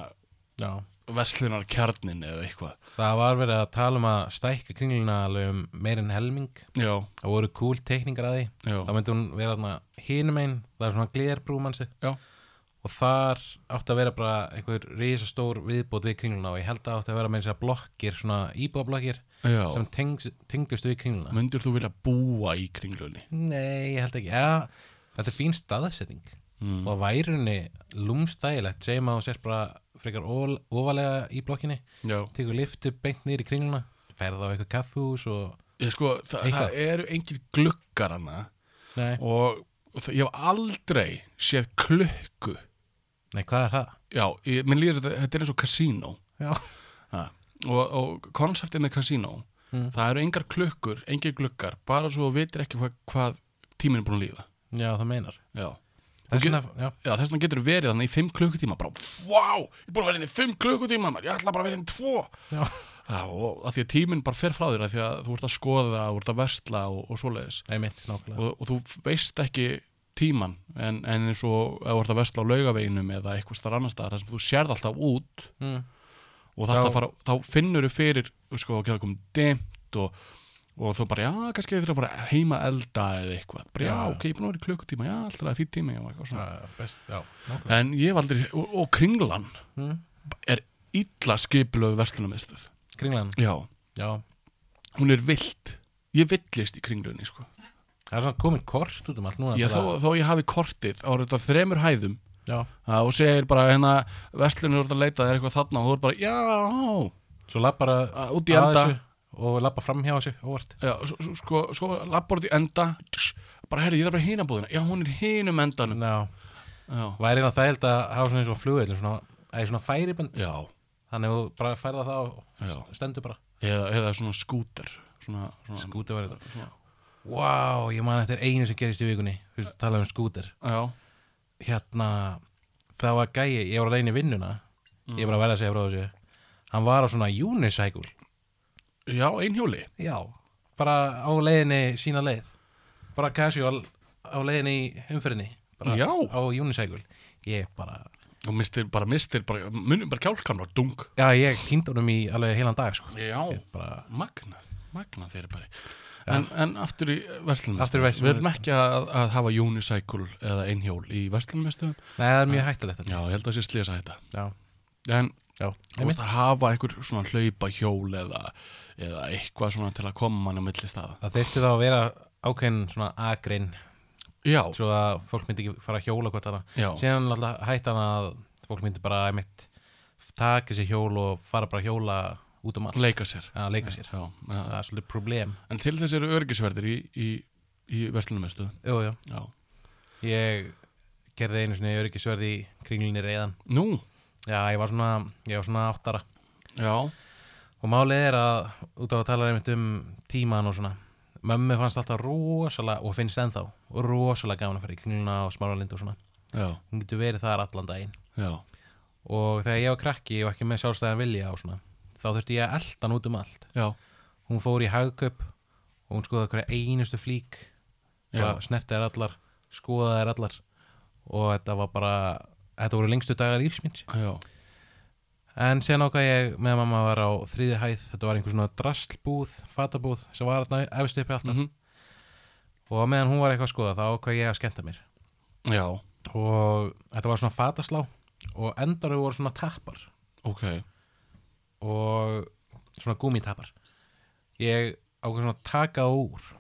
[SPEAKER 1] Já.
[SPEAKER 2] verslunar kjarnin eða eitthvað
[SPEAKER 1] Það var verið að tala um að stækka kringluna alveg um meir en helming
[SPEAKER 2] já,
[SPEAKER 1] það voru cool teikningar að því
[SPEAKER 2] já,
[SPEAKER 1] þá myndi hún vera þarna hinum einn það er svona glerbrúmansi
[SPEAKER 2] Já.
[SPEAKER 1] og þar átti að vera bara einhver risastór viðbót við kringluna og ég held að átti að vera með þessar blokkir, svona íbúablokkir
[SPEAKER 2] já.
[SPEAKER 1] sem tengs, tengdust við kringluna
[SPEAKER 2] myndir þú vilja búa í kringlunni
[SPEAKER 1] Nei, ég held ekki ja, Þetta er fín staðsetning
[SPEAKER 2] mm.
[SPEAKER 1] og værinni lúmstægilegt segjum að hún sér bara frekar ól- ofalega í blokkinni
[SPEAKER 2] já,
[SPEAKER 1] tekur liftu beint niður í kringluna ferð á eitthvað kaffús og
[SPEAKER 2] ég sko það,
[SPEAKER 1] Eitthvað.
[SPEAKER 2] það eru engir gluggar hana
[SPEAKER 1] Nei,
[SPEAKER 2] og það, ég hef aldrei séð klukku
[SPEAKER 1] Nei hvað er það?
[SPEAKER 2] já, ég, minn líður þetta, þetta er eins og kasínó
[SPEAKER 1] Já,
[SPEAKER 2] Ha. og, og konseptið með kasínó
[SPEAKER 1] Mm.
[SPEAKER 2] það eru engar klukkur, engir gluggar bara svo þú vitir ekki hvað, hvað tíminn er búin að líða
[SPEAKER 1] já það meinar
[SPEAKER 2] já,
[SPEAKER 1] Þess
[SPEAKER 2] Ok.
[SPEAKER 1] vegna, já,
[SPEAKER 2] já þess vegna getur verið þannig í fimm klukkutíma bara, vá, ég er búin að vera inn í fimm klukkutíma maður, ég ætla bara að vera inn í tvo
[SPEAKER 1] Já.
[SPEAKER 2] Já, og að því að tíminn bara fer frá þér að því að þú ert að skoða, þú ert að versla og, og svoleiðis
[SPEAKER 1] einmitt, nákvæmlega
[SPEAKER 2] og, og þú veist ekki tíman en, en eins og ef þú ert að versla á laugaveginum eða eitthvað starf annar staðar þar sem þú sérð alltaf út
[SPEAKER 1] mm.
[SPEAKER 2] og
[SPEAKER 1] Já.
[SPEAKER 2] þarft að fara, þá finnur þú fyrir sko, ok, það kom dimt og, og þú bara, já, kannski þið þurfum að fara heima að elda eða eitthvað, bara, já,
[SPEAKER 1] Já.
[SPEAKER 2] ok, ég er búin að vera í klukkutíma já, alltaf það er fyrir tíma já, eitthvað svona.
[SPEAKER 1] Já, best, já, nákvæmlega
[SPEAKER 2] en ég hef aldrei, og, og kringlan
[SPEAKER 1] mm.
[SPEAKER 2] er illa skipulöð verslunumistuð,
[SPEAKER 1] Kringlan,
[SPEAKER 2] já,
[SPEAKER 1] já
[SPEAKER 2] hún er vilt ég villist í kringlunni, sko
[SPEAKER 1] Það er svona komin kort út um allt núna
[SPEAKER 2] ég,
[SPEAKER 1] til að-
[SPEAKER 2] þó, þó ég hafi kortið, þá eru þetta þremur hæðum
[SPEAKER 1] Já,
[SPEAKER 2] að, og segir bara, hérna, verslunur voru að leita, það er eitthvað þarna og þú er bara, já,
[SPEAKER 1] svo lappar að
[SPEAKER 2] að- út í
[SPEAKER 1] að
[SPEAKER 2] enda
[SPEAKER 1] þessu Og lappa fram hjá þessu, óvart
[SPEAKER 2] Já, s- s- sko, sko labbar út í enda tss, bara herri, ég þarf að vera hína búðina já, hún er hinum endanum
[SPEAKER 1] Já,
[SPEAKER 2] já,
[SPEAKER 1] væri hérna þægild að hafa svona eins og flugveill Svona, eða svona færibönd
[SPEAKER 2] já,
[SPEAKER 1] Þannig að þú bara færða það
[SPEAKER 2] Já. Mm.
[SPEAKER 1] og stendur bara
[SPEAKER 2] eða, eða svona skúter svona, svona,
[SPEAKER 1] Skúter var þetta
[SPEAKER 2] svona
[SPEAKER 1] Vá, ég man eftir einu sem gerist í vikunni Við talaðum um skúter
[SPEAKER 2] já,
[SPEAKER 1] Hérna, það var gæi, ég var alveg í vinnuna Ég er bara að verða að segja frá þessu Hann var á svona unicycle
[SPEAKER 2] já, einhjóli
[SPEAKER 1] Já, bara á leiðinni sína leið bara casual á leiðinni í umfyrinni bara
[SPEAKER 2] Já.
[SPEAKER 1] á unicycle ég bara,
[SPEAKER 2] og mistir, bara mistir, bara, munum bara kjálkan og dung
[SPEAKER 1] já ég týndi honum í alveg heilan dag sko
[SPEAKER 2] já,
[SPEAKER 1] bara,
[SPEAKER 2] magna, magna þeirri bara en, en aftur í verslunum
[SPEAKER 1] Aftur í verslunum.
[SPEAKER 2] Við viljum ekki að, að hafa unicycle eða einhjól í verslunum Já,
[SPEAKER 1] Nei, það er mjög hættulegt þetta.
[SPEAKER 2] ég held að það sé slesa þetta
[SPEAKER 1] Já,
[SPEAKER 2] En
[SPEAKER 1] já.
[SPEAKER 2] þú veist að hafa einhver svona hlaupa hjól eða, eða eitthvað svona til að koma mann á milli staða
[SPEAKER 1] Það þurfti þá að vera ákveðin svona agrein
[SPEAKER 2] Já,
[SPEAKER 1] svo að fólk myndi ekki fara að hjóla hvort hana.
[SPEAKER 2] já,
[SPEAKER 1] Síðan alltaf hætti hann að fólk myndi bara einmitt taka sér hjól og fara bara að hjóla út um all
[SPEAKER 2] leika sér
[SPEAKER 1] að leika sér.
[SPEAKER 2] já,
[SPEAKER 1] Það
[SPEAKER 2] já.
[SPEAKER 1] er svolítið problem.
[SPEAKER 2] En til þess eru örgisverðir í, í, í verslunum
[SPEAKER 1] Jú, jú.
[SPEAKER 2] Já
[SPEAKER 1] Ég gerði einu svona öryggisverði í kringlinni reyðan.
[SPEAKER 2] Nú,
[SPEAKER 1] Já, ég var svona, ég var svona áttara.
[SPEAKER 2] já,
[SPEAKER 1] Og málið er að út af að tala einmitt um tíman og svona Mömmu fannst alltaf rosalega, og finnst ennþá rosalega gaman að fara í kringluna og smáralind og svona
[SPEAKER 2] já,
[SPEAKER 1] Hún getur verið þar allan daginn
[SPEAKER 2] já
[SPEAKER 1] Og þegar ég var krakki og ekki með sjálfstæðan vilja og svona Þá þurfti ég að elda hann út um allt
[SPEAKER 2] Já,
[SPEAKER 1] Hún fór í hagköp og hún skoðaði hverja einustu flík
[SPEAKER 2] já,
[SPEAKER 1] og snerti þær allar, skoðaði þær allar Og þetta var bara, þetta voru lengstu dagar lífsminns
[SPEAKER 2] já,
[SPEAKER 1] En síðan ákvað ég með að mamma var á þriði hæð, þetta var einhver svona drastlbúð, fatabúð sem var þarna efst uppi alltaf
[SPEAKER 2] Mhm.
[SPEAKER 1] og á meðan hún var eitthvað að skoða þá ákvað ég að skemmta mér
[SPEAKER 2] já,
[SPEAKER 1] og þetta var svona fataslá og endarum voru svona tappar
[SPEAKER 2] ok
[SPEAKER 1] og svona gúmitappar ég ákvað svona að taka þá úr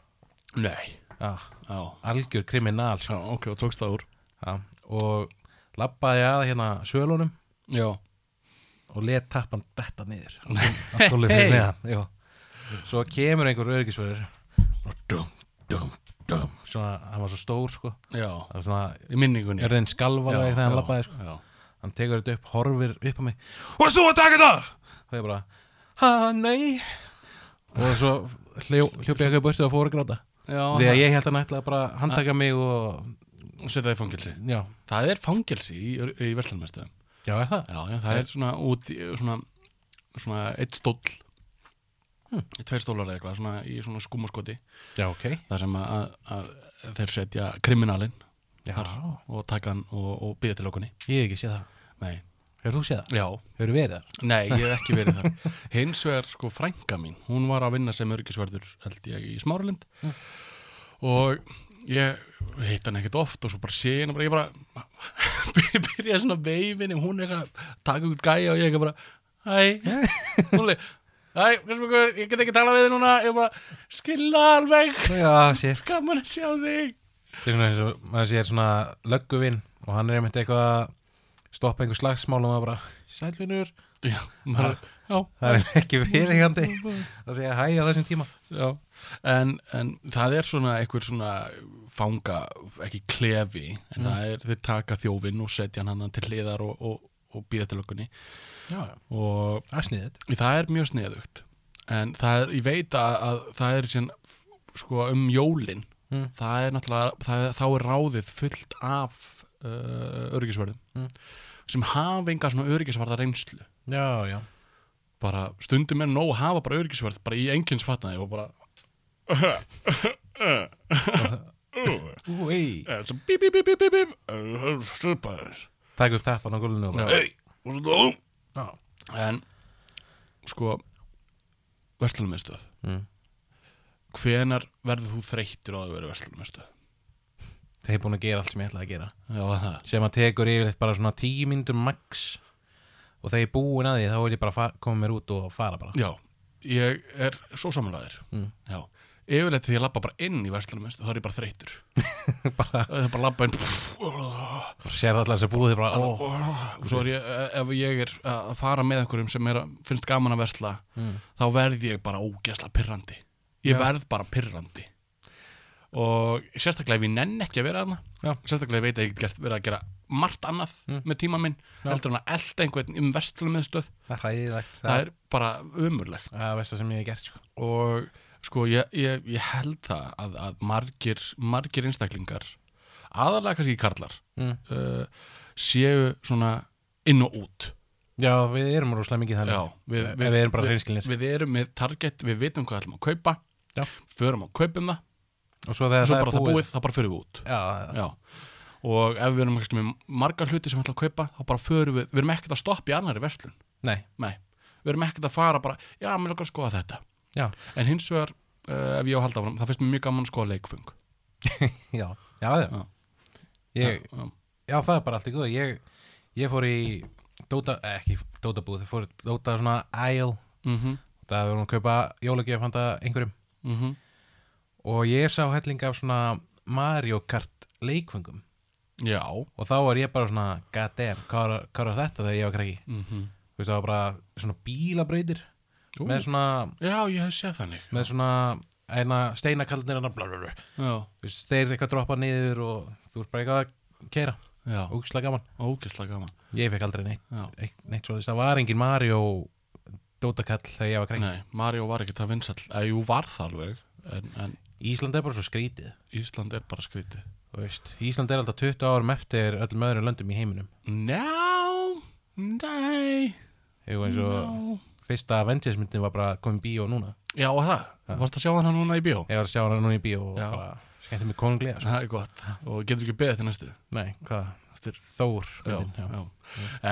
[SPEAKER 2] Nei,
[SPEAKER 1] ah,
[SPEAKER 2] já,
[SPEAKER 1] algjör kriminál sko.
[SPEAKER 2] já, ok, og tókst það úr
[SPEAKER 1] ah, og labbaði að hérna svölunum
[SPEAKER 2] Já,
[SPEAKER 1] og let tappan detta niður af gólfinu fyrir neðan, já. svo kemur einhver öryggisverður bara dum, dum, dum svona, hann var svo stór sko
[SPEAKER 2] já,
[SPEAKER 1] það var svona,
[SPEAKER 2] í minningunni
[SPEAKER 1] örðin skalvaði þegar hann labbaði sko.
[SPEAKER 2] Já,
[SPEAKER 1] hann tekur þetta upp, horfir upp á mig og þú að taka þetta og ég bara, ha, nei og svo hljó, hljópi ég ekki burtið og fór að gráta
[SPEAKER 2] já
[SPEAKER 1] því að ég held að hann ætlaði bara að handtaka mig og,
[SPEAKER 2] og setja það í fangelsi
[SPEAKER 1] já,
[SPEAKER 2] Það er fangelsi í, í verslunarmestuðum
[SPEAKER 1] já, er það
[SPEAKER 2] Já, já, það er svona út í, svona, svona eitt stóll í tveir stólar eða eitthvað, svona í svona skúmaskoti
[SPEAKER 1] já, ok,
[SPEAKER 2] þar sem að, að, að þeir setja kriminalinn
[SPEAKER 1] já,
[SPEAKER 2] Þar. og taka hann og, og býða til okkunni
[SPEAKER 1] ég hef ekki séð það
[SPEAKER 2] Nei,
[SPEAKER 1] hefur þú séð það,
[SPEAKER 2] já,
[SPEAKER 1] hefur verið þar
[SPEAKER 2] nei, ég hef ekki verið þar Hins vegar, sko, frænka mín hún var að vinna sem örgisverður, held ég, í Smáralind
[SPEAKER 1] Mm.
[SPEAKER 2] og ég hitt hann ekkert oft og svo bara sé ég hann bara, ég bara byrja svona veifin og hún er eitthvað að taka út gæja og ég eitthvað bara hæ, hún er hæ, Kristmakur, ég get ekki tala við þig núna ég bara, skilða alveg
[SPEAKER 1] já, sér
[SPEAKER 2] gaman að sjá þig
[SPEAKER 1] Þetta er svona eins og maður sér svona lögguvinn og hann er einmitt eitthvað að stoppa einhver slagsmál og maður bara sælvinur,
[SPEAKER 2] já, maður, já,
[SPEAKER 1] það er ekki viðhengandi að segja hæ á þessum tíma
[SPEAKER 2] Já, en, en það er svona einhver svona fanga, ekki klefi, en það er þau taka þjófinn og setja hann hann til hliðar og, og, og býða til okkunni
[SPEAKER 1] Já,
[SPEAKER 2] og
[SPEAKER 1] það er sniðið
[SPEAKER 2] það er mjög sniðugt, en það er, ég veit að, að það er síðan f- sko um jólin,
[SPEAKER 1] Mm.
[SPEAKER 2] það er náttúrulega, það, er- þá er ráðið fullt af uh, öryggisverðum
[SPEAKER 1] Mm.
[SPEAKER 2] sem hafa enga svona öryggisvarða reynslu
[SPEAKER 1] Já, já,
[SPEAKER 2] bara stundum er nóg að hafa bara öryggisverð bara í engins fatnaði og bara
[SPEAKER 1] úi
[SPEAKER 2] Eh, svo bíp, bíp, bíp, bíp, bíp, bíp eh, strupaður
[SPEAKER 1] Takk upp tappan á gólfinu og bara
[SPEAKER 2] Hey, og svo dó.
[SPEAKER 1] Já.
[SPEAKER 2] en sko verslunarmiðstöð
[SPEAKER 1] Mm.
[SPEAKER 2] hvenar verður þú þreyttir á að vera verslunarmiðstöð
[SPEAKER 1] Það er búin að gera allt sem ég ætlaði að gera
[SPEAKER 2] já það
[SPEAKER 1] sem að tekur yfirleitt bara svona tíu myndur max og þegar ég er búin að því þá vil ég bara fa- koma mér út og fara bara
[SPEAKER 2] já ég er svo samanlæðir
[SPEAKER 1] Mm.
[SPEAKER 2] já yfirleitt þegar ég labba bara inn í verslunarmiðstöð þá er ég bara þreyttur bara það er bara labba inn og
[SPEAKER 1] Sér allar þess að búið þið bara, ó,
[SPEAKER 2] svo er ég eh, ef ég er að fara með einhverjum sem er að, finnst gaman að versla
[SPEAKER 1] Mm.
[SPEAKER 2] þá verð ég bara ógesla pirrandi ég verð bara pirrandi og sérstaklega ef ég nenn ekki að vera þarna
[SPEAKER 1] Já. Mm.
[SPEAKER 2] sérstaklega veit að ég get gert, verið að gera margt annað með tíma minn
[SPEAKER 1] Já.
[SPEAKER 2] heldur hann að elda einhvern um verslumiðstöð það,
[SPEAKER 1] það er hræðilegt
[SPEAKER 2] það
[SPEAKER 1] Það
[SPEAKER 2] er bara umurlegt
[SPEAKER 1] það er að versta sem ég hef gert sko
[SPEAKER 2] og sko ég, ég, ég held það að, að margir, margir einstaklingar aðalega kannski karlar
[SPEAKER 1] Mm.
[SPEAKER 2] uh, séu svona inn og út
[SPEAKER 1] Já, við erum rosalega mikið þannig
[SPEAKER 2] Já, við,
[SPEAKER 1] Ef við erum bara hreinskilnir.
[SPEAKER 2] við, við erum með target, við vitum hvað ætlum að kaupa
[SPEAKER 1] Já.
[SPEAKER 2] förum og kaupum það
[SPEAKER 1] Og svo þegar
[SPEAKER 2] svo
[SPEAKER 1] það
[SPEAKER 2] bara
[SPEAKER 1] er
[SPEAKER 2] það
[SPEAKER 1] búið,
[SPEAKER 2] búið, þá bara förum við út
[SPEAKER 1] Já,
[SPEAKER 2] Já. og ef við erum kannski með margar hluti sem við ætlum að kaupa, þá bara förum við við erum ekkert að stoppa í annari verslun
[SPEAKER 1] nei,
[SPEAKER 2] Nei. við erum ekkert að fara bara, já, mér lukkar að skoða þetta
[SPEAKER 1] já,
[SPEAKER 2] en hins vegar uh, ef ég á að halda áfram, það finnst mér mjög gaman að skoða leikfung
[SPEAKER 1] já, já, já.
[SPEAKER 2] Já.
[SPEAKER 1] Ég,
[SPEAKER 2] já,
[SPEAKER 1] já, það er bara allt í góð ég, ég fór í Dota, eh, ekki Dota búð, ég fór í Dota svona aisle,
[SPEAKER 2] mm -hmm,
[SPEAKER 1] það var hún að kaupa jólagjöf handa einhverjum
[SPEAKER 2] mhm.
[SPEAKER 1] og ég sá helling af svona Mario Kart leikfengum
[SPEAKER 2] já.
[SPEAKER 1] og þá var ég bara svona god damn, hvað var, hvað var þetta þegar ég var krakki
[SPEAKER 2] Mm
[SPEAKER 1] þú veist það var bara svona bílabrautir
[SPEAKER 2] Ú.
[SPEAKER 1] með svona,
[SPEAKER 2] já, ég hef séð þannig
[SPEAKER 1] með svona eina steinakaldir hana bla bla bla
[SPEAKER 2] já,
[SPEAKER 1] Þú veist, þeir eitthvað droppa niður og þú ert bara eitthvað að keira
[SPEAKER 2] já,
[SPEAKER 1] ógislega gaman,
[SPEAKER 2] ógeðslega gaman
[SPEAKER 1] ég fekk aldrei neitt
[SPEAKER 2] já.
[SPEAKER 1] eitt, neitt svo það var engin Mario Dota kall þegar ég var krengt
[SPEAKER 2] nei, Mario var ekki það vinsall eða Eh, jú, var það alveg en, en
[SPEAKER 1] Ísland er bara svo skrítið
[SPEAKER 2] Ísland er bara skrítið
[SPEAKER 1] þú veist. Ísland er alltaf 20 árum eftir öllum öðrum löndum í heiminum
[SPEAKER 2] njá, nei
[SPEAKER 1] Jú, eins og
[SPEAKER 2] njá.
[SPEAKER 1] fyrsta Avengers myndin var bara komin í bíó núna
[SPEAKER 2] já, og það, varst að sjá hana núna í bíó
[SPEAKER 1] ég var að sjá hana núna í bíó og
[SPEAKER 2] Já.
[SPEAKER 1] bara skemmtum mig konunglega sko.
[SPEAKER 2] það er gott, og getur ekki beðið til næstu
[SPEAKER 1] nei, hvað,
[SPEAKER 2] Eftir-
[SPEAKER 1] Þór
[SPEAKER 2] já,
[SPEAKER 1] myndin, já.
[SPEAKER 2] já.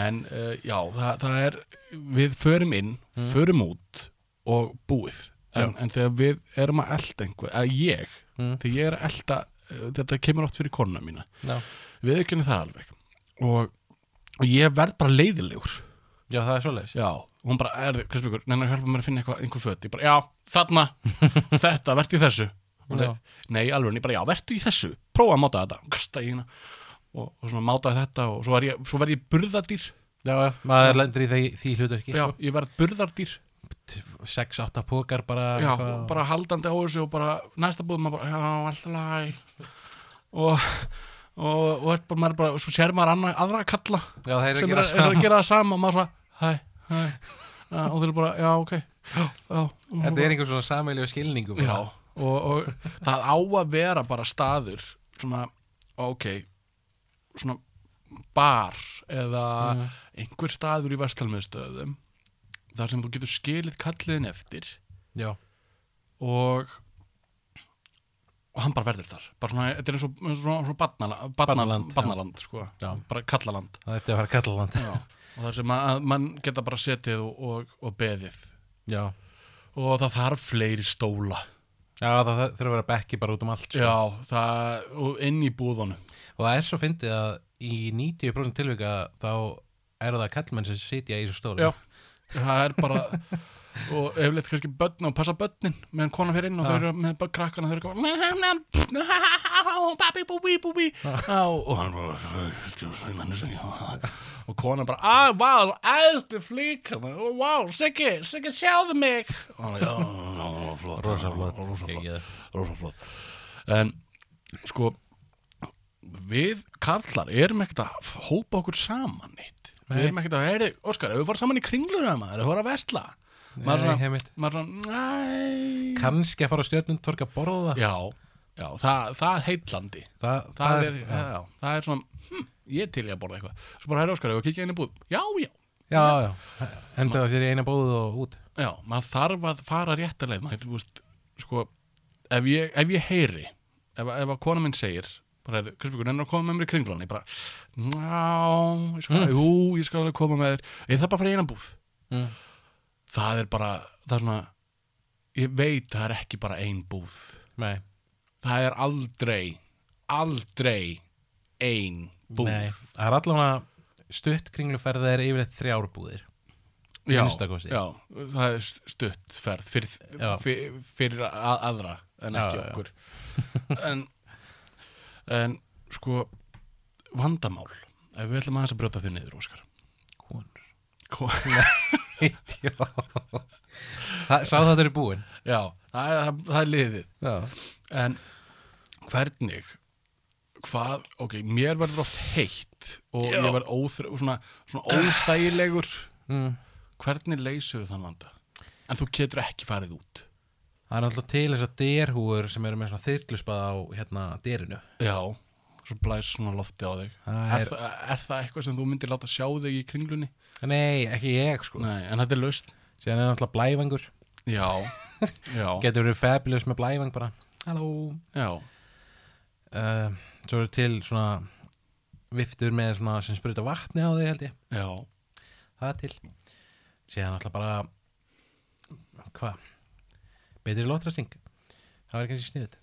[SPEAKER 2] en uh, já, það, það er við förum inn, förum út og búið en, en þegar við erum að elda einhver að ég,
[SPEAKER 1] Mm.
[SPEAKER 2] þegar ég er að elda uh, þetta kemur oft fyrir konuna mína
[SPEAKER 1] Já.
[SPEAKER 2] við ekki henni það alveg og, og ég verð bara leiðilegur
[SPEAKER 1] já, það er svoleiðis
[SPEAKER 2] já, og hún bara, er þið, hversu byggur neina, hjálpa mér að finna eitthvað, einhver föt, ég bara, já, þarna þetta, vertu í þessu Hún
[SPEAKER 1] Já.
[SPEAKER 2] segi, nei, alveg, ég bara, já, vertu í þessu prófa að máta þetta, kasta í hérna og, og svona mátaði þetta og svo, var ég, svo verð ég burðardýr
[SPEAKER 1] já, já, maður lendir í því, því hlutverki
[SPEAKER 2] Já,
[SPEAKER 1] sko.
[SPEAKER 2] ég verð burðardýr
[SPEAKER 1] 6-8 pókar bara,
[SPEAKER 2] Já,
[SPEAKER 1] eitthvað-
[SPEAKER 2] bara haldandi á þessu og bara næsta búð maður bara, já, alltaf læg og, og, og er bara, maður bara, svo sér maður anna, aðra að kalla
[SPEAKER 1] já, þeir eru að
[SPEAKER 2] sem
[SPEAKER 1] gera
[SPEAKER 2] er, er að gera það sama og maður svona, hæ, hæ Já, og þeir eru bara, já, ok já, já,
[SPEAKER 1] Þetta er einhver svona samveiljöf skilningum
[SPEAKER 2] Mhm. Já, og, og það á að vera bara staður svona, ok svona bar eða einhver staður í vestalmiðstöðum þar sem þú getur skilið kalliðin eftir
[SPEAKER 1] já,
[SPEAKER 2] og og hann bara verður þar bara svona, þetta er eins og, eins og svona, svona barnala-
[SPEAKER 1] Barnaland,
[SPEAKER 2] barnaland,
[SPEAKER 1] já.
[SPEAKER 2] barnaland sko.
[SPEAKER 1] Já.
[SPEAKER 2] bara kallaland
[SPEAKER 1] það ertu að fara að kalla land Já,
[SPEAKER 2] og þar sem að, að mann geta bara setið og, og, og beðið
[SPEAKER 1] já.
[SPEAKER 2] og það þarf fleiri stóla sko.
[SPEAKER 1] það það þurfa að vera bekki bara út um allt sko.
[SPEAKER 2] já, það, og inn í búðunum
[SPEAKER 1] Og það er svo fyndið að í 90% tilvika þá eru það kallmenn sem sitja í þessu stóru
[SPEAKER 2] já, það er bara og efleitt kannski börn og passa börnin meðan kona fyrir inn og þau eru með bara krakkana þau eru eitthvað babi búi búi og hann bara og kona bara að, vá, æðstu flík hérna." og vá, Siggi, Siggi, sjáðu mig og hann já, já, já, flott rosa flott, rosa flott
[SPEAKER 1] Ég-
[SPEAKER 2] rosa flott en sko við karlar erum ekkert að hópa okkur saman neitt
[SPEAKER 1] Nei.
[SPEAKER 2] við erum ekkert að, heyri, Óskar, ef við farum saman í kringluna maður, ef við farum að versla
[SPEAKER 1] Nei,
[SPEAKER 2] maður svona,
[SPEAKER 1] heimitt
[SPEAKER 2] maður svona, næ
[SPEAKER 1] Kannski að fara á stjörnum torka að borða
[SPEAKER 2] já, já, það, það er heitlandi
[SPEAKER 1] það,
[SPEAKER 2] það, er, já. það er svona hm, ég er til í að borða eitthvað svo bara, heyri, Óskar, ef við kíkja inn í búð já, já,
[SPEAKER 1] já, já, enda það sér í eina bóðu og út
[SPEAKER 2] já, maður þarf að fara rétt að leið maður, þú veist, sko ef ég, ef ég heyri ef, ef að kona minn segir bara, heyrðu, Kristbjörg, nennir að koma með mér í kringlunni ég bara, já, ég skal, jú, ég skal alveg koma með þér ég þarf bara að fara í einan búð
[SPEAKER 1] Mm.
[SPEAKER 2] það er bara, það er svona ég veit það er ekki bara ein búð
[SPEAKER 1] Nei,
[SPEAKER 2] það er aldrei aldrei ein búð
[SPEAKER 1] nei Það er allavega stutt kringluferð það er yfirleitt þrjár búðir
[SPEAKER 2] já,
[SPEAKER 1] minnsta kosti.
[SPEAKER 2] já, það er stutt ferð fyrir,
[SPEAKER 1] Já.
[SPEAKER 2] fyrir, fyrir að, aðra en
[SPEAKER 1] Já,
[SPEAKER 2] ekki
[SPEAKER 1] já, já.
[SPEAKER 2] okkur en, en sko vandamál ef við ætlum aðeins að brjóta þau niður Óskar
[SPEAKER 1] Konur
[SPEAKER 2] Ko-
[SPEAKER 1] Já Það- Sá það eru búin
[SPEAKER 2] já, það er, það er liðið
[SPEAKER 1] Já,
[SPEAKER 2] en hvernig hvað, ok, mér verður oft heitt og ég verð óþre, og svona, svona óþægilegur
[SPEAKER 1] mm.
[SPEAKER 2] hvernig leysum við þann vanda en þú getur ekki farið út
[SPEAKER 1] Það er náttúrulega til þess að derhúur sem eru með svona þyrluspaða á hérna derinu.
[SPEAKER 2] já, svo blæs svona lofti á þig
[SPEAKER 1] Það
[SPEAKER 2] Ah, er,
[SPEAKER 1] er-
[SPEAKER 2] það, er það eitthvað sem þú myndir láta sjá þig í kringlunni?
[SPEAKER 1] Nei, ekki ég sko.
[SPEAKER 2] Nei, en þetta er laust
[SPEAKER 1] Síðan er náttúrulega blævangur.
[SPEAKER 2] já, já,
[SPEAKER 1] Getur verið fabulous með blævang bara. Halló.
[SPEAKER 2] já,
[SPEAKER 1] Uh, svo eru til svona viftur með svona sem spruta vatni á þig held ég.
[SPEAKER 2] já
[SPEAKER 1] Það er til. Síðan náttúrulega bara, hvað? Betri lótræsting. það væri kannski sniðut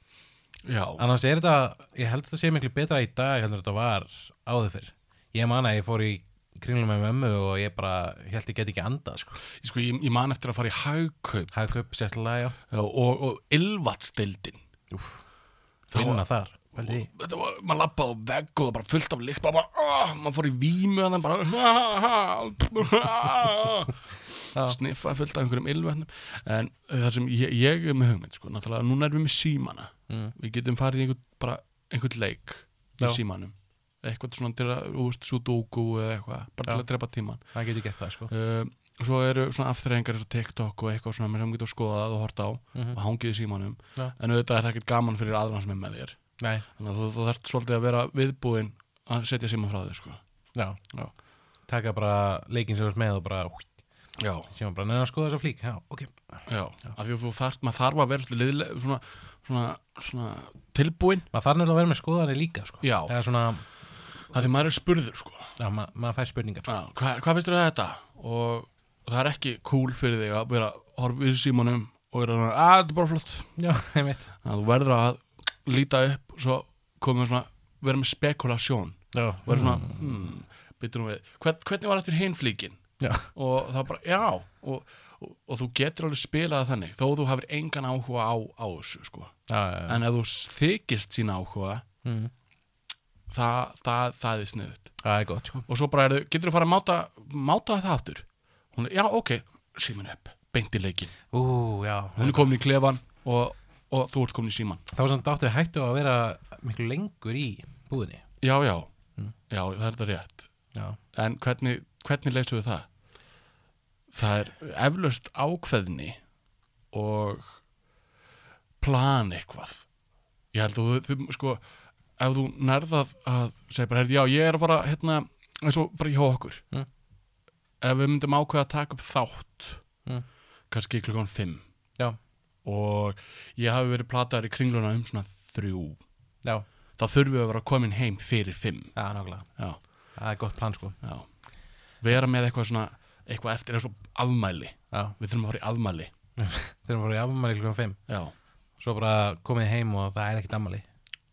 [SPEAKER 2] Já,
[SPEAKER 1] Sko. annars er þetta, ég held að þetta sé miklu betra í dag heldur en þetta var áður fyrr ég man að ég fór í kringlum með mömmu og ég bara held ég get ekki andað sko.
[SPEAKER 2] ég, sko, ég, ég man eftir að fara í hagkaup
[SPEAKER 1] hagkaup, sérlega, já
[SPEAKER 2] já, og, og ylvatsdeildin
[SPEAKER 1] Úf, vinna þar, veldi því
[SPEAKER 2] þetta var, maður lappaði á vegg og það bara fullt af lykt og bara, ah, maður fór í vímu og það bara ha, ha, ha,
[SPEAKER 1] Já.
[SPEAKER 2] sniffaði fullt af einhverjum ylvetnum en uh, það sem ég, ég er með hugmynd sko, náttúrulega, núna erum við með símana
[SPEAKER 1] Mm.
[SPEAKER 2] við getum farið í einhvern, bara, einhvern leik
[SPEAKER 1] Já.
[SPEAKER 2] í símanum eitthvað svona til að, þú veist, sudoku eða eitthvað, bara til
[SPEAKER 1] Já.
[SPEAKER 2] að drepa tíman
[SPEAKER 1] það getur gett það, sko
[SPEAKER 2] uh, svo eru svona afþreyingar eins og TikTok og eitthvað svona sem getur skoðað og horta á
[SPEAKER 1] Mhm.
[SPEAKER 2] og hangið í símanum
[SPEAKER 1] Já.
[SPEAKER 2] en auðvitað er það ekkert gaman fyrir aðra sem er með þér
[SPEAKER 1] nei,
[SPEAKER 2] þannig að þú, þú þarft svolítið að vera viðbúinn að setja síma frá þér sko.
[SPEAKER 1] já,
[SPEAKER 2] Já.
[SPEAKER 1] taka bara leikin sem þú ert með og bara, úr,
[SPEAKER 2] já,
[SPEAKER 1] sem bara neina að skoða þessa flík já, ok,
[SPEAKER 2] já, af því að þú þarft maður þarf að vera svolítið liðlega, svona, svona, svona tilbúinn,
[SPEAKER 1] maður þarf nefnilega að vera með skoðanir líka, sko
[SPEAKER 2] já,
[SPEAKER 1] eða svona,
[SPEAKER 2] af því maður er spurður sko.
[SPEAKER 1] já, ma maður fær spurningar, sko
[SPEAKER 2] já, hva, hvað finnst þér að þetta og það er ekki cool fyrir þig að vera horfið í símanum og vera svona, að þetta er bara flott
[SPEAKER 1] já, einmitt
[SPEAKER 2] þannig að þú verður að líta upp svo komið svona, vera með spekulasjón
[SPEAKER 1] já,
[SPEAKER 2] og er svona hmm, bitur hún við, hvern, hvernig var eftir hinn flíkin
[SPEAKER 1] Já.
[SPEAKER 2] og það bara, já og, og, og þú getur alveg spilað það þannig þó þú hafir engan áhuga á, á þessu sko.
[SPEAKER 1] já, já,
[SPEAKER 2] en ef þú þykist sína áhuga
[SPEAKER 1] já Mm.
[SPEAKER 2] það, það, það er sniðut
[SPEAKER 1] það er gott, sko
[SPEAKER 2] og svo bara, er, getur þú fara að máta, máta það aftur hún er, já, ok, síman upp beint í leikin,
[SPEAKER 1] ú, já,
[SPEAKER 2] hún er komin í klefan og, og þú ert komin í síman
[SPEAKER 1] þá samt áttu við hættu að vera miklu lengur í búðinni
[SPEAKER 2] já, já,
[SPEAKER 1] Mm.
[SPEAKER 2] já, það er þetta rétt
[SPEAKER 1] já,
[SPEAKER 2] en hvernig, hvernig leysum við það? Það er eflaust ákveðni og plan eitthvað. Ég held að þú, þú sko, ef þú nærðað að segja bara, heyrðu, já, ég er að fara, hérna, eins og bara hjá okkur.
[SPEAKER 1] Mm.
[SPEAKER 2] Ef við myndum ákveða að taka upp þátt,
[SPEAKER 1] Mm.
[SPEAKER 2] kannski klukkan fimm.
[SPEAKER 1] já,
[SPEAKER 2] Og ég hafi verið plataður í kringluna um svona þrjú.
[SPEAKER 1] já,
[SPEAKER 2] Það þurfum við að vera komin heim fyrir fimm.
[SPEAKER 1] já, nákvæmlega
[SPEAKER 2] Já.
[SPEAKER 1] það er gott plan, sko
[SPEAKER 2] Já. vera með eitthvað svona eitthvað eftir eins og afmæli
[SPEAKER 1] já,
[SPEAKER 2] við þurfum að fara í afmæli
[SPEAKER 1] þegar við vorum í afmæli klukkan 5
[SPEAKER 2] já,
[SPEAKER 1] svo bara komið heim og það er ekkert ammali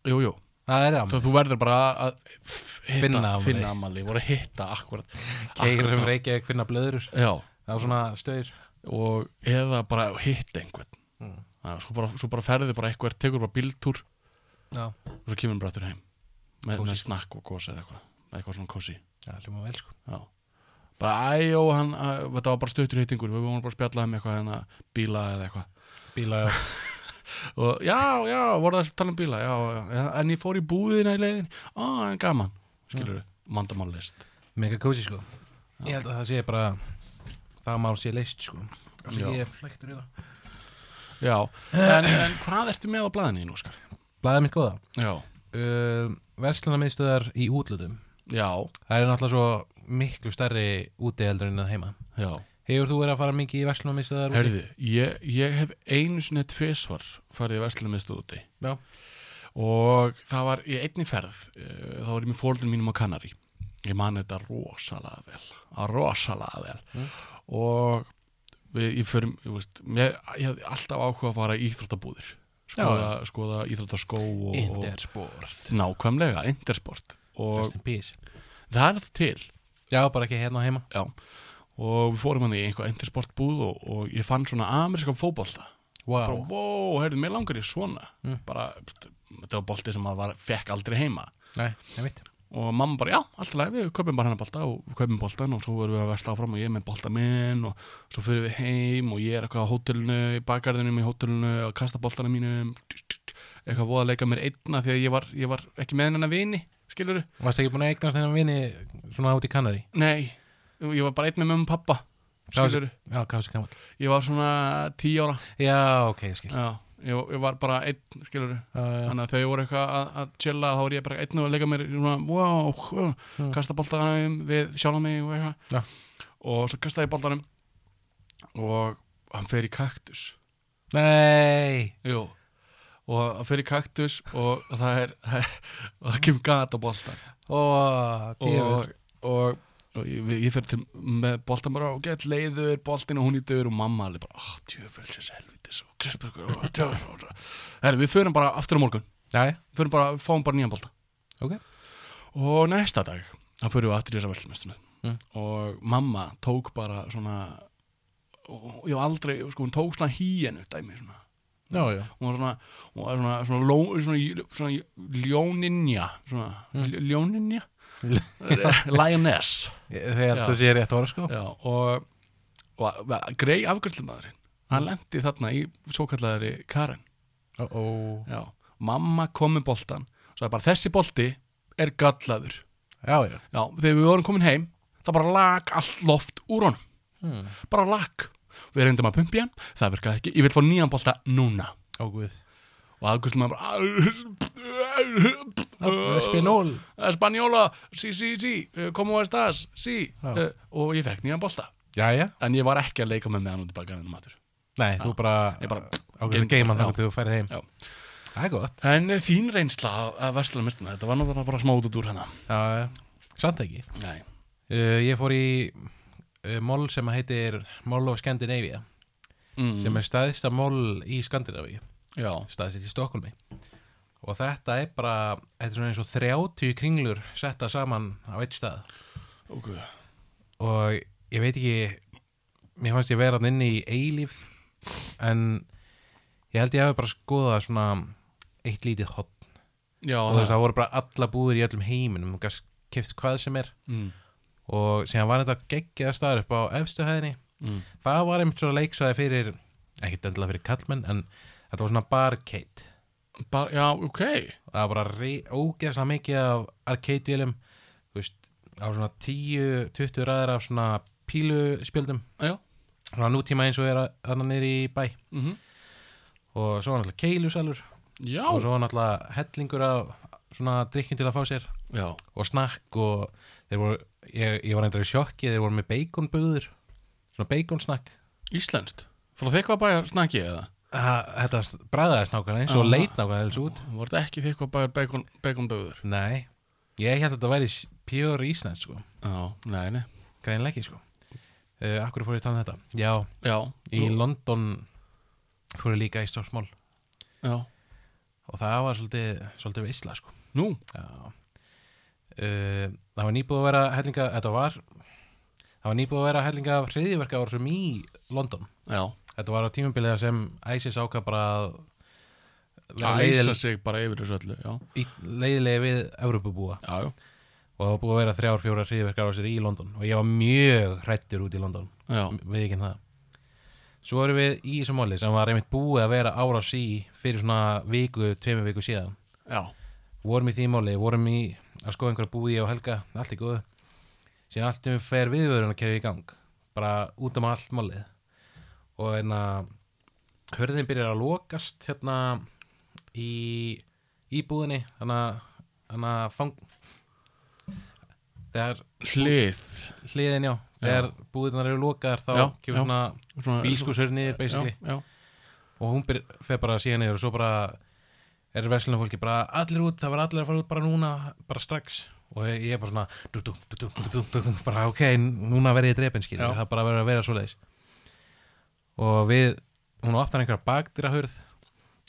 [SPEAKER 2] jú, jú,
[SPEAKER 1] það er
[SPEAKER 2] þú,
[SPEAKER 1] ammali,
[SPEAKER 2] þú verður bara að f- hitta,
[SPEAKER 1] Finna afmæli. um
[SPEAKER 2] finna afmæli voru að hitta akkurat,
[SPEAKER 1] keikir sem
[SPEAKER 2] akkurat-
[SPEAKER 1] reykjavík finna blöður
[SPEAKER 2] já,
[SPEAKER 1] það er svona stöður
[SPEAKER 2] og eða bara að hitta einhvern
[SPEAKER 1] Mm.
[SPEAKER 2] já, svo, bara, svo bara ferði bara eitthvað, tekur bara bíltúr
[SPEAKER 1] já,
[SPEAKER 2] og svo kemur bara aftur heim með,
[SPEAKER 1] Kósí.
[SPEAKER 2] með snakk og gósi eða eitthvað eitthvað svona kósi
[SPEAKER 1] það hljóma vel, sko
[SPEAKER 2] já. bara æjó, hann, að, þetta var bara stöttur hittingur við vorum bara að spjalla um eitthvað hérna, bíla eða eitthvað
[SPEAKER 1] bíla, já,
[SPEAKER 2] og já, já, voru það að tala um bíla já, já, já, en ég fór í búðina í leiðin á, en gaman, skilur við vandamál list
[SPEAKER 1] mega kósi, sko ég held að það sé bara það mál sé leist, sko
[SPEAKER 2] Já.
[SPEAKER 1] Ég er flæktur í það.
[SPEAKER 2] já, en, en hvað ertu með á blaðinu þínu, Óskar?
[SPEAKER 1] Blaðið mitt góða
[SPEAKER 2] já,
[SPEAKER 1] uh, Verslunarmiðstöðar í útlöðum
[SPEAKER 2] já,
[SPEAKER 1] Það er náttúrulega svo miklu stærri úti heldur en að heima
[SPEAKER 2] já
[SPEAKER 1] Hefur þú verið að fara mikið í verslunarmiðstöðar úti?
[SPEAKER 2] herðu, ég, ég hef einu sinni tvisvar farið í verslunum miðstöð úti
[SPEAKER 1] Já,
[SPEAKER 2] og það var í einni ferð eh, þá var ég með fólkinn mínum á Kanari ég man þetta rosalega vel að rosalega vel og við, ég fyrir ég, veist, mér, ég hafði alltaf áhuga að fara í íþróttabúðir skoða, skoða íþróttaskó og, og
[SPEAKER 1] Intersport
[SPEAKER 2] nákvæmlega, intersport og
[SPEAKER 1] Rest in peace
[SPEAKER 2] það er það til
[SPEAKER 1] Já, bara ekki hérna heima
[SPEAKER 2] já. og við fórum hann í einhvað intersportbúð og, og ég fann svona ameríska fótbolta bara,
[SPEAKER 1] Wow,
[SPEAKER 2] wow, heyrðu, mér langar ég svona bara, pst, þetta var bolti sem maður var, fekk aldrei heima
[SPEAKER 1] nei, ég veit
[SPEAKER 2] og mamma bara, já, alltaf leið, við kaupum bara hennar bolta og við kaupum boltan og svo verðum við að versla áfram og ég er með bolta minn og svo fyrir við heim og ég er eitthvað á hótelinu, í bakgarðinum í hótelinu og kasta boltana mínum eitthvað voða að leika mér einna því að ég var, ég var ekki með hennar vini, skilur
[SPEAKER 1] Varst ekki búin að eignast þennan vini svona út í Kanari?
[SPEAKER 2] nei, ég var bara einn með mömmu og pappa
[SPEAKER 1] Já,
[SPEAKER 2] skilur,
[SPEAKER 1] Já, kási kamal
[SPEAKER 2] ég var svona tíu ára
[SPEAKER 1] Já, ok, ég skil Já,
[SPEAKER 2] já, ég, ég var bara einn, skilur
[SPEAKER 1] já,
[SPEAKER 2] þannig að þegar ég voru eitthvað að- að chilla þá var ég bara einn og að leika mér í svona, wow, wow,
[SPEAKER 1] Mm.
[SPEAKER 2] kasta boltanum við sjálf mig og eitthvað
[SPEAKER 1] Já.
[SPEAKER 2] og svo kastaði ég boltanum og hann fer í kaktus
[SPEAKER 1] Nei
[SPEAKER 2] Jú. og hann fer í kaktus og það er og það kemur gata boltan
[SPEAKER 1] Ó, djöfull
[SPEAKER 2] og, og og ég, við- ég fer til með boltan bara og gett leiður, boltin og hún í dögur og mamma alveg bara, ah, djöfelsins helvitis og kristbergur og djöfelsins Herri, við förum bara aftur á morgun,
[SPEAKER 1] já,
[SPEAKER 2] við förum bara, fáum bara nýjan bolta
[SPEAKER 1] ok
[SPEAKER 2] og næsta dag, þá förum við aftur í þessa völlmestinu
[SPEAKER 1] Mm.
[SPEAKER 2] og mamma tók bara svona og ég var aldrei, sko, hún tók svona híenu dæmi svona
[SPEAKER 1] já, já,
[SPEAKER 2] hún var svona, hún var svona, svona, ljó, svona, svona ljóninja svona, mm. ljóninja lioness
[SPEAKER 1] þegar
[SPEAKER 2] Já.
[SPEAKER 1] þetta sé rétt orð sko
[SPEAKER 2] Já, og, og grei afgjörslumæðurinn
[SPEAKER 1] Mm.
[SPEAKER 2] hann lendi þarna í svo kallari Karen
[SPEAKER 1] Ó, ó,
[SPEAKER 2] já. mamma kom með boltan svo bara þessi bolti er gallaður
[SPEAKER 1] já, já,
[SPEAKER 2] já, þegar við vorum komin heim það bara lag allt loft úr honum
[SPEAKER 1] Hmm.
[SPEAKER 2] bara lag við reyndum að pumpi hann, það virkaði ekki ég vil fá nýjan bolta núna
[SPEAKER 1] ó guð
[SPEAKER 2] og afgjörslumæður bara
[SPEAKER 1] Spinol
[SPEAKER 2] Spanjóla, sí, sí, sí, komu að stas, sí,
[SPEAKER 1] Já.
[SPEAKER 2] Eh, og ég fekk nýjan bolta.
[SPEAKER 1] Já, já,
[SPEAKER 2] En ég var ekki að leika með meðan út í bakaðinum aftur.
[SPEAKER 1] nei, þú bara
[SPEAKER 2] Ég bara-
[SPEAKER 1] ákveðs að geima
[SPEAKER 2] Já.
[SPEAKER 1] þannig til þú færir heim
[SPEAKER 2] Já.
[SPEAKER 1] Það er gott
[SPEAKER 2] En eh, þín reynsla af- af verslunumistina, þetta var náttúrulega bara smá út út úr hérna.
[SPEAKER 1] Já, samt ekki
[SPEAKER 2] Nei.
[SPEAKER 1] uh, Ég fór í uh, mól sem heitir Mall of Scandinavia
[SPEAKER 2] Mm.
[SPEAKER 1] sem er staðista mól í Skandinavíu
[SPEAKER 2] Já.
[SPEAKER 1] staðsett í Stokkólmi og þetta er bara, þetta er svona eins og 30 kringlur setta saman á eitt stað
[SPEAKER 2] Ok.
[SPEAKER 1] og ég veit ekki mér fannst ég vera hann inni í eilíf en ég held ég hafi bara skoðað svona eitt lítið hot
[SPEAKER 2] Já.
[SPEAKER 1] og þú veist það voru bara alla búður í öllum heiminum og gæst kipt hvað sem er
[SPEAKER 2] Mm.
[SPEAKER 1] og síðan var þetta geggjað staðar upp á efstu hæðinni
[SPEAKER 2] Mm.
[SPEAKER 1] það var einmitt svona leiksvæði fyrir ekkert endilega fyrir kallmenn en þetta var svona barcade
[SPEAKER 2] Bara, já, ok.
[SPEAKER 1] það var bara rey- ógeðslega mikið af arcade-vélum þú veist, á svona 10-20 ræðir af svona píluspjöldum
[SPEAKER 2] Já.
[SPEAKER 1] svona nútíma eins og er að- þarna niður í bæ
[SPEAKER 2] Mm
[SPEAKER 1] og svo var náttúrulega keilusalur
[SPEAKER 2] Já.
[SPEAKER 1] og svo var náttúrulega hellingur af svona drikkjum til að fá sér
[SPEAKER 2] Já.
[SPEAKER 1] og snakk og þeir voru, ég, ég var eitthvað í sjokki þeir voru með beikonbúður svona beikonsnakk
[SPEAKER 2] Íslenskt. Frá þykva bæjar snakki eða?
[SPEAKER 1] Ha, þetta bræðaðist nákvæmlega eins og
[SPEAKER 2] Aha.
[SPEAKER 1] leit nákvæmlega eins út
[SPEAKER 2] Var þetta ekki þykva bæjar bacon, bacon
[SPEAKER 1] nei, ég held að þetta væri s- pure íslensk sko
[SPEAKER 2] Já. Nei, nei.
[SPEAKER 1] greinlega ekki sko uh, Akkur fór ég að tala um þetta? Já,
[SPEAKER 2] Já.
[SPEAKER 1] í
[SPEAKER 2] Þú-
[SPEAKER 1] London fór ég líka í stórmál
[SPEAKER 2] Já.
[SPEAKER 1] og það var svolítið, svolítið veisla sko
[SPEAKER 2] Nú.
[SPEAKER 1] Já uh, Það var nýbúið að vera hellinga, þetta var það var nýbúið að vera hellinga af hriðiverka ára sem í London
[SPEAKER 2] Já.
[SPEAKER 1] Þetta var á tímabiliða sem ISIS ákvað bara að vera
[SPEAKER 2] Að
[SPEAKER 1] leiðil-
[SPEAKER 2] æsa sig bara yfir þessu öllu. Já.
[SPEAKER 1] í- leiðilegi við Evrópubúa
[SPEAKER 2] Já, já.
[SPEAKER 1] og það var búið að vera þrjár, fjórar hriðiverka ára í London og ég var mjög hrættur út í London
[SPEAKER 2] Já.
[SPEAKER 1] við ekki það svo erum við í þessu máli sem var einmitt búið að vera árás í fyrir svona viku, tveimur viku síðan
[SPEAKER 2] Já.
[SPEAKER 1] vorum í því máli, vorum í að skoða einhverja búi og helga, allt í góðu síðan allt um fer viðvörun að kerja í gang bara út um allt málið og hérna hörðin byrjar að lokast hérna í íbúðinni þannig að þannig að fang þegar
[SPEAKER 2] Hlið.
[SPEAKER 1] hliðin já, þegar búðirnar eru lokaðar þá
[SPEAKER 2] Já,
[SPEAKER 1] kemur
[SPEAKER 2] já.
[SPEAKER 1] svona
[SPEAKER 2] Svona-
[SPEAKER 1] bílskúsur niður basically
[SPEAKER 2] Já, já.
[SPEAKER 1] og hún byr, fer bara síðan niður og svo bara er verslunum fólki bara allir út, það var allir að fara út bara núna bara strax og ég er bara svona dú, dú, dú, dú, dú, dú, dú, dú, bara ok, núna verði ég drepin skilur,
[SPEAKER 2] Já.
[SPEAKER 1] það bara verður að vera svoleiðis og við hún opnar einhverja bakdýrahurð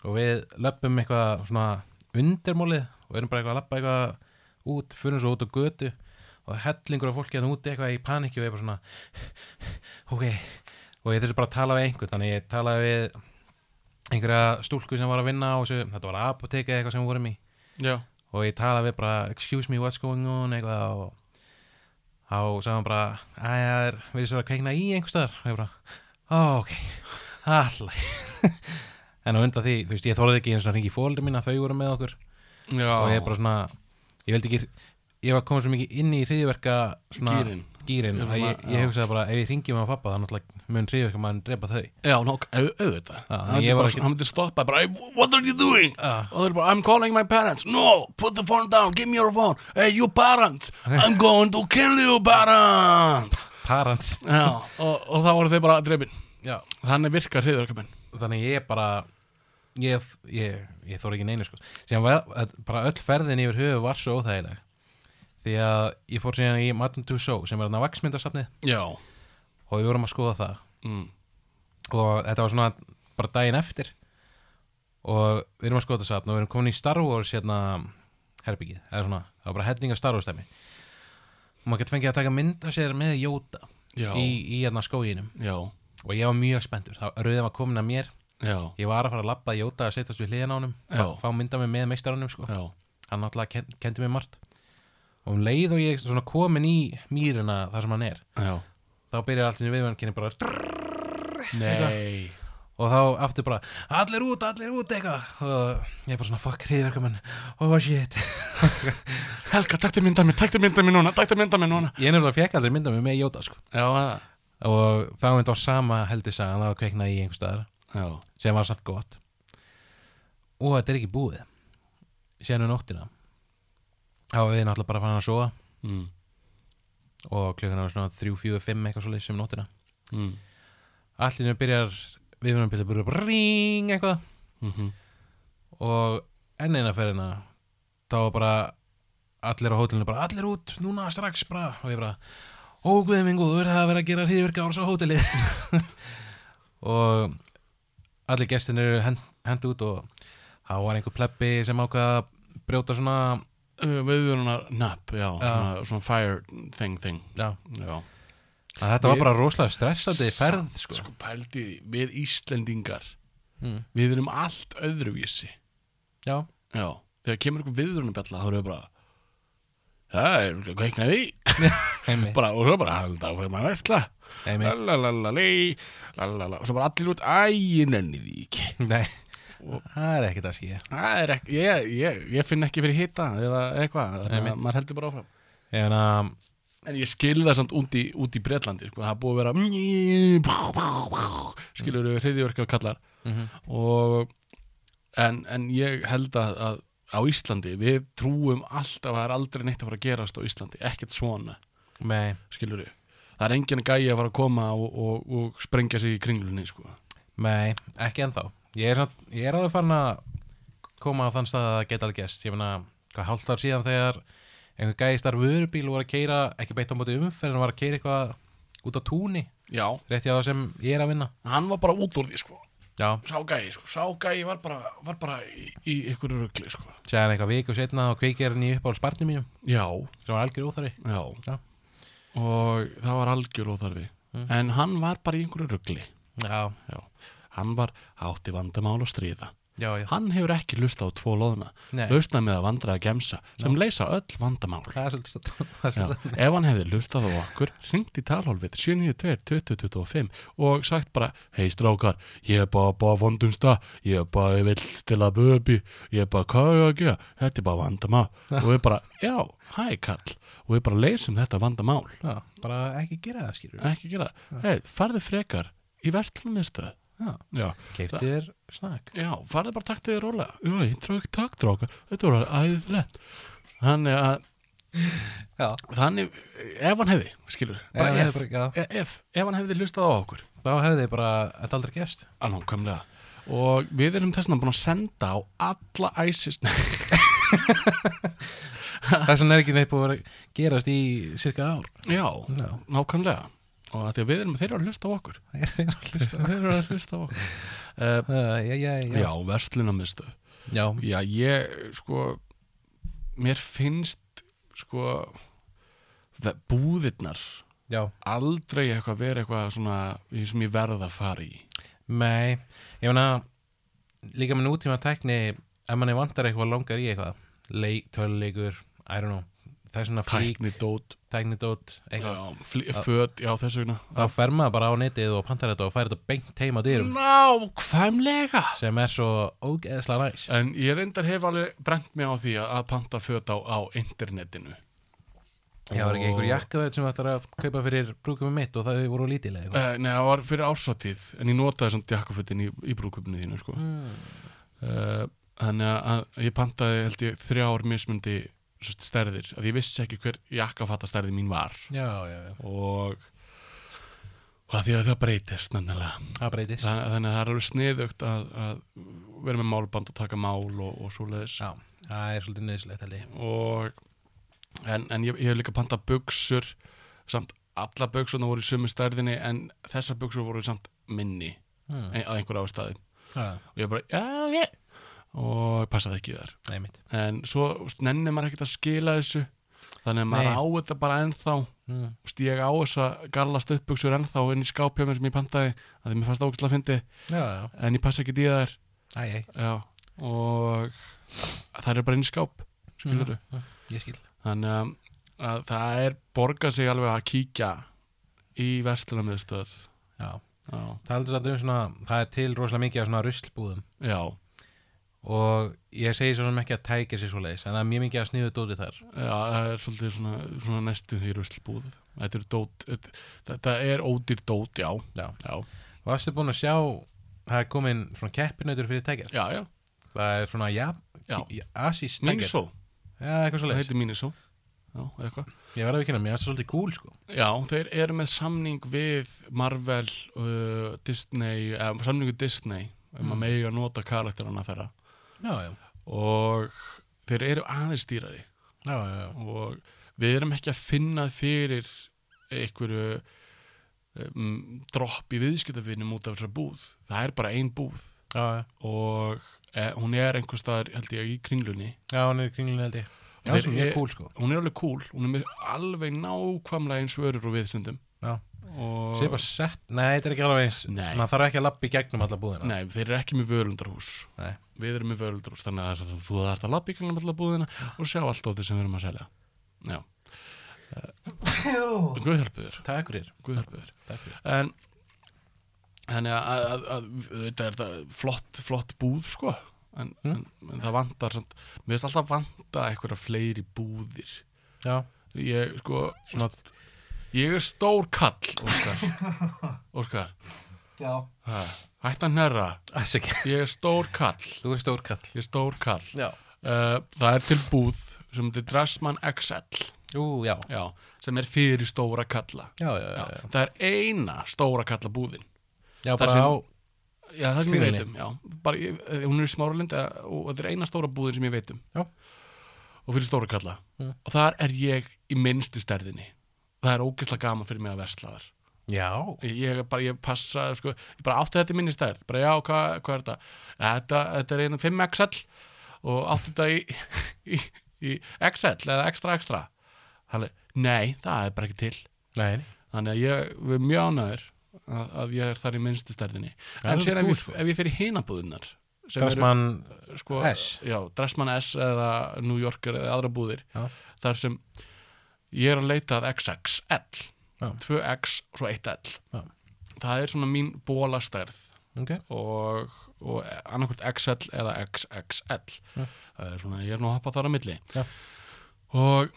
[SPEAKER 1] og við löpum eitthvað svona undirmálið og erum bara eitthvað að lappa eitthvað út, fyrir svo út á götu og hellingur af fólki að úti eitthvað í panikki og ég er bara svona ok, og ég þurfti bara að tala við einhvern þannig ég talaði við einhverja stúlku sem var að vinna á þessu, þetta var apotekið eitthvað sem við vorum í
[SPEAKER 2] Já.
[SPEAKER 1] og ég talaði við bara, excuse me, what's going on eitthvað og þá sagði hann bara, að það er við erum að kveikna í einhvers staðar og ég bara, ó, ok, allæg en á undan því, þú veist, ég þorði ekki eins og að ringi í fóldur mína, þau voru með okkur
[SPEAKER 2] Já.
[SPEAKER 1] og ég bara svona, ég veldi ekki ég var komið svo mikið inn í hriðverka svona,
[SPEAKER 2] Gírinn.
[SPEAKER 1] gírin
[SPEAKER 2] Ég
[SPEAKER 1] ég,
[SPEAKER 2] var
[SPEAKER 1] ég,
[SPEAKER 2] svona, já.
[SPEAKER 1] hugsaði bara, ef ég ringi með pappa þannig að mun hriðverka maður drepa þau
[SPEAKER 2] Já, nokk, au- auðvitað
[SPEAKER 1] Já, ég
[SPEAKER 2] Hann myndi
[SPEAKER 1] var
[SPEAKER 2] bara-
[SPEAKER 1] ekki-
[SPEAKER 2] Hann myndi stoppa bara "Hey, What are you doing?
[SPEAKER 1] Já.
[SPEAKER 2] Og þeir bara, I'm calling my parents No, put the phone down, give me your phone Hey, you parents, I'm going to kill you parents
[SPEAKER 1] parents
[SPEAKER 2] Já, og, og það voru þeir bara drefin
[SPEAKER 1] já
[SPEAKER 2] Þannig virkar hriðurkamenn
[SPEAKER 1] þannig ég bara ég, ég, ég þóra ekki neinu sko síðan var, bara öll ferðin yfir höfu var svo óþægileg því að ég fór síðan í Martin Tussaud sem er hann að vaksmyndasafnið
[SPEAKER 2] Já
[SPEAKER 1] og við vorum að skoða það
[SPEAKER 2] mm.
[SPEAKER 1] og þetta var svona bara daginn eftir og við erum að skoða þetta safn og við erum komin í Star Wars hérna herbyggið, eða svona, það var bara helling af Star Wars dæmi og maður gett fengið að taka mynd að sér með Jóta
[SPEAKER 2] Já.
[SPEAKER 1] í, í hérna skóginum
[SPEAKER 2] Já
[SPEAKER 1] og ég var mjög spenntur, það rauðið var komin að mér
[SPEAKER 2] Já
[SPEAKER 1] ég var að fara að labba Jóta að setjast við hliðan á honum
[SPEAKER 2] Já.
[SPEAKER 1] fá- fá mynda mig með meistarunum sko
[SPEAKER 2] Já
[SPEAKER 1] hann náttúrulega ken, kendi mér margt og um leið og ég svona komin í mýruna þar sem hann er
[SPEAKER 2] Já
[SPEAKER 1] þá byrjar allt í einu viðvörnkinni bara drrrr,
[SPEAKER 2] Nei
[SPEAKER 1] og þá aftur bara allir út, allir út eitthvað og ég bara svona fuck hriðverkumenn oh shit
[SPEAKER 2] Helga, taktu mynda mér, taktu mynda mér núna, taktu mynda mér núna
[SPEAKER 1] ég nefnilega fekk aldrei mynda mig með Jóta sko
[SPEAKER 2] Já, það
[SPEAKER 1] og þá myndi var sama heldisagan það var kveiknað í einhver staðar
[SPEAKER 2] Já
[SPEAKER 1] sem var samt gott og þetta er ekki búið síðan við nóttina þá var við náttúrulega bara fann að sofa
[SPEAKER 2] mm.
[SPEAKER 1] og klukkan var svona 3, 4, 5 eitthvað svo sem nóttina
[SPEAKER 2] Mm.
[SPEAKER 1] allir nefnir byrjar við finnum byrjar bara ring eitthvað
[SPEAKER 2] Mm
[SPEAKER 1] og enn eina ferðina þá var bara allir á hótelinu bara allir út núna strax bara og ég bara ó guðið minn góður það er verið að gera hriðvirka árs á hótelið og allir gestin eru hend, hend út og það var einhver plebbi sem ákvað að brjóta svona
[SPEAKER 2] uh, Viðvörunar napp, já, svona, svona fire thing thing
[SPEAKER 1] já,
[SPEAKER 2] Já
[SPEAKER 1] að þetta
[SPEAKER 2] Við-
[SPEAKER 1] var bara rosalega stressandi
[SPEAKER 2] Samt,
[SPEAKER 1] ferð sko,
[SPEAKER 2] sko pældi því, við Íslendingar
[SPEAKER 1] Mm.
[SPEAKER 2] við erum allt öðruvísi
[SPEAKER 1] já,
[SPEAKER 2] já, þegar kemur ykkur viðrunabjalla þá erum við bara það er hvað kveiknaði í
[SPEAKER 1] heimi,
[SPEAKER 2] bara, og svo bara, held að fyrir maður að versla
[SPEAKER 1] heimi.
[SPEAKER 2] lalalali, lalala og svo bara allir út, æ, nenni því ekki
[SPEAKER 1] Nei, það er ekkert að skýja
[SPEAKER 2] það er ekki, ég, ég, ég finn ekki fyrir hita eða eitthvað, þannig
[SPEAKER 1] Einmitt.
[SPEAKER 2] að maður heldur bara áfram
[SPEAKER 1] Ég meina,
[SPEAKER 2] en ég skil það samt út í, út í Bretlandi sko, það er búið að vera skilur við hriðjörka kallar
[SPEAKER 1] Mhm.
[SPEAKER 2] og en, en ég held að, að á Íslandi, við trúum alltaf að það er aldrei neitt að fara að gerast á Íslandi ekkert svona,
[SPEAKER 1] nei,
[SPEAKER 2] skilur við það er enginn gæi að fara að koma og, og, og sprengja sig í kringlunni sko.
[SPEAKER 1] nei, ekki ennþá Ég er, samt, ég er alveg farin að koma á þann stað að það geta alveg gest Ég meina, hvað hálft ár síðan þegar einhver gæðistar vörubíl var að keira ekki beitt á móti umferð en var að keira eitthvað út á túni
[SPEAKER 2] já,
[SPEAKER 1] rétt hjá það sem ég er að vinna
[SPEAKER 2] hann var bara út úr því sko.
[SPEAKER 1] Já,
[SPEAKER 2] sá gæi, sko. sá gæi var bara, var bara í, í ykkur rugli sko.
[SPEAKER 1] séðan eitthvað viku setna og kveikir hann hérna í uppáhalds barni mínum
[SPEAKER 2] já,
[SPEAKER 1] sem var algjör óþari
[SPEAKER 2] Já.
[SPEAKER 1] Já. Mm.
[SPEAKER 2] Og það var algjör óþarfi. En hann var bara í einhverju ruggli.
[SPEAKER 1] Já,
[SPEAKER 2] Já. Hann var átti vandamál að stríða.
[SPEAKER 1] já, já
[SPEAKER 2] Hann hefur ekki lusta á tvo loðna.
[SPEAKER 1] Nei.
[SPEAKER 2] Lustað með að vandra að gemsa sem leysa öll vandamál.
[SPEAKER 1] Það er svolítið satt- það er
[SPEAKER 2] Já,
[SPEAKER 1] svolítið
[SPEAKER 2] ef hann hefði lustað á okkur ringt í talhólfið 792-2025 og sagt bara, hei strákar ég er bara bara vondum stað ég er bara vill til að vöbi ég er bara, hvað er ég að gera? Þetta er bara vandamál og við bara, já, hæ kall og við bara leysum þetta vandamál
[SPEAKER 1] Já, bara ekki gera það skýrur
[SPEAKER 2] ekki gera það hey, farðu frekar í verslunistöð
[SPEAKER 1] Já,
[SPEAKER 2] já,
[SPEAKER 1] keiptið er snakk
[SPEAKER 2] já farðu bara taktið þér rólega já, ég trúi ekki takt ráka, þetta var æðilegt þannig að
[SPEAKER 1] Já,
[SPEAKER 2] þannig, ef hann hefði, skilur
[SPEAKER 1] Ef hann
[SPEAKER 2] bara ef,
[SPEAKER 1] hefði bara-
[SPEAKER 2] e- ef, ef hann hefði hlustað á okkur
[SPEAKER 1] þá hefði bara þetta aldrei gest
[SPEAKER 2] annarkomlega og við erum þess vegna búin að senda á alla ISIS Nei,
[SPEAKER 1] Þess vegna er ekki neitt búið að vera að gerast í cirka ár.
[SPEAKER 2] já,
[SPEAKER 1] Já.
[SPEAKER 2] nákvæmlega og að því að við erum, þeir eru að hlusta á okkur þeir eru að hlusta á okkur uh,
[SPEAKER 1] Uh, já, já, já.
[SPEAKER 2] já, verslunamistu
[SPEAKER 1] já.
[SPEAKER 2] Já, ég, sko, mér finnst, sko, ve- búðirnar
[SPEAKER 1] Já.
[SPEAKER 2] aldrei eitthvað vera eitthvað svona í- sem ég verð að fara í.
[SPEAKER 1] Nei, ég meina, líka með nútíma tækni, ef manni vantar eitthvað langar í eitthvað, leik, töluleikur, I don't know, það er svona frík,
[SPEAKER 2] Tækni, dót,
[SPEAKER 1] tæknidót, eitthvað.
[SPEAKER 2] já, fl- föt, já, þess vegna.
[SPEAKER 1] Þá fer maður bara á netið og pantar þetta og fær þetta beint heima dyrum,
[SPEAKER 2] Nákvæmlega!
[SPEAKER 1] sem er svo ógeðslega næs.
[SPEAKER 2] En ég reyndar hef alveg brent mig á því að að panta föt á, á internetinu.
[SPEAKER 1] Já, var ekki einhver
[SPEAKER 2] Og-
[SPEAKER 1] jakkaveit sem ætlar að kaupa fyrir brúkumum mitt og það voru lítilega eitthvað.
[SPEAKER 2] Uh, nei, það var fyrir ársatið, en ég notaði samt jakkafötin í, í brúkupinu þínu, sko.
[SPEAKER 1] Mm.
[SPEAKER 2] Eh, þannig að, að ég pantaði held ég þrjár mismundi sérst, stærðir að ég vissi ekki hver jakkafatta stærði mín var
[SPEAKER 1] Já, já, já.
[SPEAKER 2] og og að því að það breytist nefnilega
[SPEAKER 1] Það breytist.
[SPEAKER 2] Þann, þannig að það er alveg sniðugt að, að vera með málband og taka mál og, og svo leiðis
[SPEAKER 1] Já, það er svolítið nöðslegt held ég.
[SPEAKER 2] og en, en ég, ég hef líka pantað buksur samt alla buksuna voru í sömu stærðinni en þessar buksur voru samt minni
[SPEAKER 1] Mm.
[SPEAKER 2] ein, að einhverja ástæði
[SPEAKER 1] Já,
[SPEAKER 2] og ég bara, já, ég og ég passaði ekki þar
[SPEAKER 1] nei mitt
[SPEAKER 2] en svo veist, nennir maður ekkert að skila þessu þannig að maður
[SPEAKER 1] Nei.
[SPEAKER 2] á þetta bara ennþá
[SPEAKER 1] mm.
[SPEAKER 2] veist, ég á þessa galla stuttbuksur ennþá inn í skápjöfum sem ég pantaði að því mér fannst ákvæmst að fyndi
[SPEAKER 1] Já, já,
[SPEAKER 2] en ég passa ekki í þær
[SPEAKER 1] æ, æ,
[SPEAKER 2] já, og það er bara inn í skáp
[SPEAKER 1] Mm.
[SPEAKER 2] skilur
[SPEAKER 1] ég skil
[SPEAKER 2] þannig um, að það er borgað sig alveg að kíkja í verslunarmiðstöð
[SPEAKER 1] Já,
[SPEAKER 2] já,
[SPEAKER 1] það heldur samt um svona Það er til rosalega mikið af svona ruslbúðum
[SPEAKER 2] já,
[SPEAKER 1] Og ég segi svo sem ekki að tækja sér svo leiðis En það er mjög mikið að sniðu dóti þar
[SPEAKER 2] já það er svolítið svona, svona næstu því ruslbúð þetta er, dót, þetta- þetta er ódýr dót já,
[SPEAKER 1] Já.
[SPEAKER 2] já,
[SPEAKER 1] Varstu búin að sjá Það er komin svona keppinautur fyrir tækjar
[SPEAKER 2] já, já,
[SPEAKER 1] Það er svona, já,
[SPEAKER 2] já.
[SPEAKER 1] asís tækjar
[SPEAKER 2] Miniso,
[SPEAKER 1] Já, eitthvað svo
[SPEAKER 2] það
[SPEAKER 1] leiðis
[SPEAKER 2] heitir Miniso já, eða eitthvað
[SPEAKER 1] Ég verði að vikina, mér er það svolítið cool sko
[SPEAKER 2] Já, þeir eru með samning við Marvel, uh, Disney eh, samningu Disney um að megi að nota karakterana þeirra
[SPEAKER 1] Já, já,
[SPEAKER 2] og þeir eru aðeins dýrari
[SPEAKER 1] já, já, já.
[SPEAKER 2] og við erum ekki að finna fyrir einhverju um, dropp í viðskiptafinum út af þessar búð það er bara ein búð
[SPEAKER 1] já, já.
[SPEAKER 2] og eh, hún er einhvers staðar held ég í kringlunni
[SPEAKER 1] já hún er í kringlunni held ég Já,
[SPEAKER 2] Þeir
[SPEAKER 1] sem mjög
[SPEAKER 2] er-
[SPEAKER 1] cool sko
[SPEAKER 2] hún er alveg cool, hún er með alveg nákvæmlega eins vörur og viðstundum
[SPEAKER 1] Já.
[SPEAKER 2] og
[SPEAKER 1] Sér bara sett, nei, þetta er ekki alveg eins
[SPEAKER 2] Nei.
[SPEAKER 1] Maður þarf ekki að lappa í gegnum alla búðina
[SPEAKER 2] Nei, þeir eru ekki með völundarhús
[SPEAKER 1] Nei.
[SPEAKER 2] Við erum með völundarhús Þannig að það- þú þarft að labba í kringum alla búðina og sjá allt á því sem við erum að selja Já uh, Guðhjálpuður
[SPEAKER 1] Takk fyrir
[SPEAKER 2] Guðhjálpuður
[SPEAKER 1] Takk fyrir.
[SPEAKER 2] En Þannig að, að, að, að þetta er þetta flott, flott búð sko En, en, en það vantar samt, Mér finnst alltaf vanta einhverja fleiri búðir
[SPEAKER 1] Já,
[SPEAKER 2] Ég sko
[SPEAKER 1] svona
[SPEAKER 2] Ég er stór kall Óskar Óskar Já Hætt að nærra
[SPEAKER 1] Æs ekki
[SPEAKER 2] Ég er stór kall
[SPEAKER 1] Þú er stór kall
[SPEAKER 2] Ég er stór kall.
[SPEAKER 1] Já
[SPEAKER 2] Uh, það er til búð sem heitir Dressmann XL
[SPEAKER 1] Ú, já
[SPEAKER 2] já, sem er fyrir stóra kalla.
[SPEAKER 1] Já, já, já,
[SPEAKER 2] Já,
[SPEAKER 1] já.
[SPEAKER 2] það er eina stóra kalla búðin.
[SPEAKER 1] já
[SPEAKER 2] Það
[SPEAKER 1] bara
[SPEAKER 2] sem-
[SPEAKER 1] á
[SPEAKER 2] Já, það sem ég
[SPEAKER 1] Kringlunni.
[SPEAKER 2] veit um, já. Bara, ég, eh, hún er í smáralind og þetta er eina stóra búðin sem ég veit um.
[SPEAKER 1] Já.
[SPEAKER 2] Og fyrir stóra kalla.
[SPEAKER 1] Mm.
[SPEAKER 2] Og þar er ég í minnstu stærðinni. Það er ógeðslega gaman fyrir mig að versla þar.
[SPEAKER 1] Já
[SPEAKER 2] Ég, ég bara, ég passa, sko, ég bara átti þetta í minni stærð. Bara, já, hvað hva er þetta? Þetta, þetta er einu 5XL og átti þetta í, í, í XL eða extra extra. Þannig, nei, það er bara ekki til.
[SPEAKER 1] Nei, nei.
[SPEAKER 2] Þannig að ég, við erum mjög ánæður að, að ég er þar í minnstu stærðinni.
[SPEAKER 1] Það er
[SPEAKER 2] en
[SPEAKER 1] svo
[SPEAKER 2] síðan
[SPEAKER 1] kúl,
[SPEAKER 2] ef,
[SPEAKER 1] sko.
[SPEAKER 2] ég- ef ég fyrir hinabúðunar, sem
[SPEAKER 1] Dressmann
[SPEAKER 2] eru, sko,
[SPEAKER 1] S.
[SPEAKER 2] Já, Dressmann S eða New Yorker eða aðra búðir,
[SPEAKER 1] Já.
[SPEAKER 2] þar sem ég er að leita að XXL,
[SPEAKER 1] Já.
[SPEAKER 2] 2X og svo 1L.
[SPEAKER 1] Já.
[SPEAKER 2] Það er svona mín bólastærð
[SPEAKER 1] Ok
[SPEAKER 2] og, og annarkvort XL eða XXL það er svona, ég er nú að hoppa þar á milli
[SPEAKER 1] Já.
[SPEAKER 2] og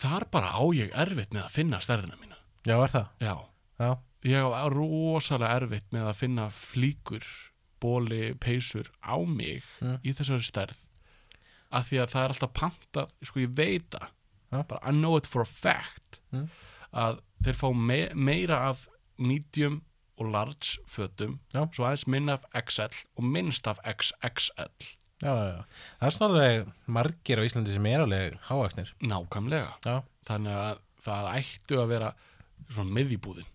[SPEAKER 2] þar bara á ég erfitt með að finna stærðina mína
[SPEAKER 1] Já, er það
[SPEAKER 2] já,
[SPEAKER 1] Já
[SPEAKER 2] ég á rosalega erfitt með að finna flíkur bóli, peysur á mig
[SPEAKER 1] Mm.
[SPEAKER 2] í þessari stærð af því að það er alltaf pantað sko ég veit það,
[SPEAKER 1] Já.
[SPEAKER 2] bara I know it for a fact
[SPEAKER 1] Mm.
[SPEAKER 2] að þeir fá me meira af medium og large fötum
[SPEAKER 1] Já.
[SPEAKER 2] svo aðeins minn af XL og minnst af XXL
[SPEAKER 1] Já, já, já Það er svona alveg margir á Íslandi sem er alveg hávaksnir
[SPEAKER 2] nákvæmlega
[SPEAKER 1] Já
[SPEAKER 2] þannig að það ættu að vera svona miðjubúðin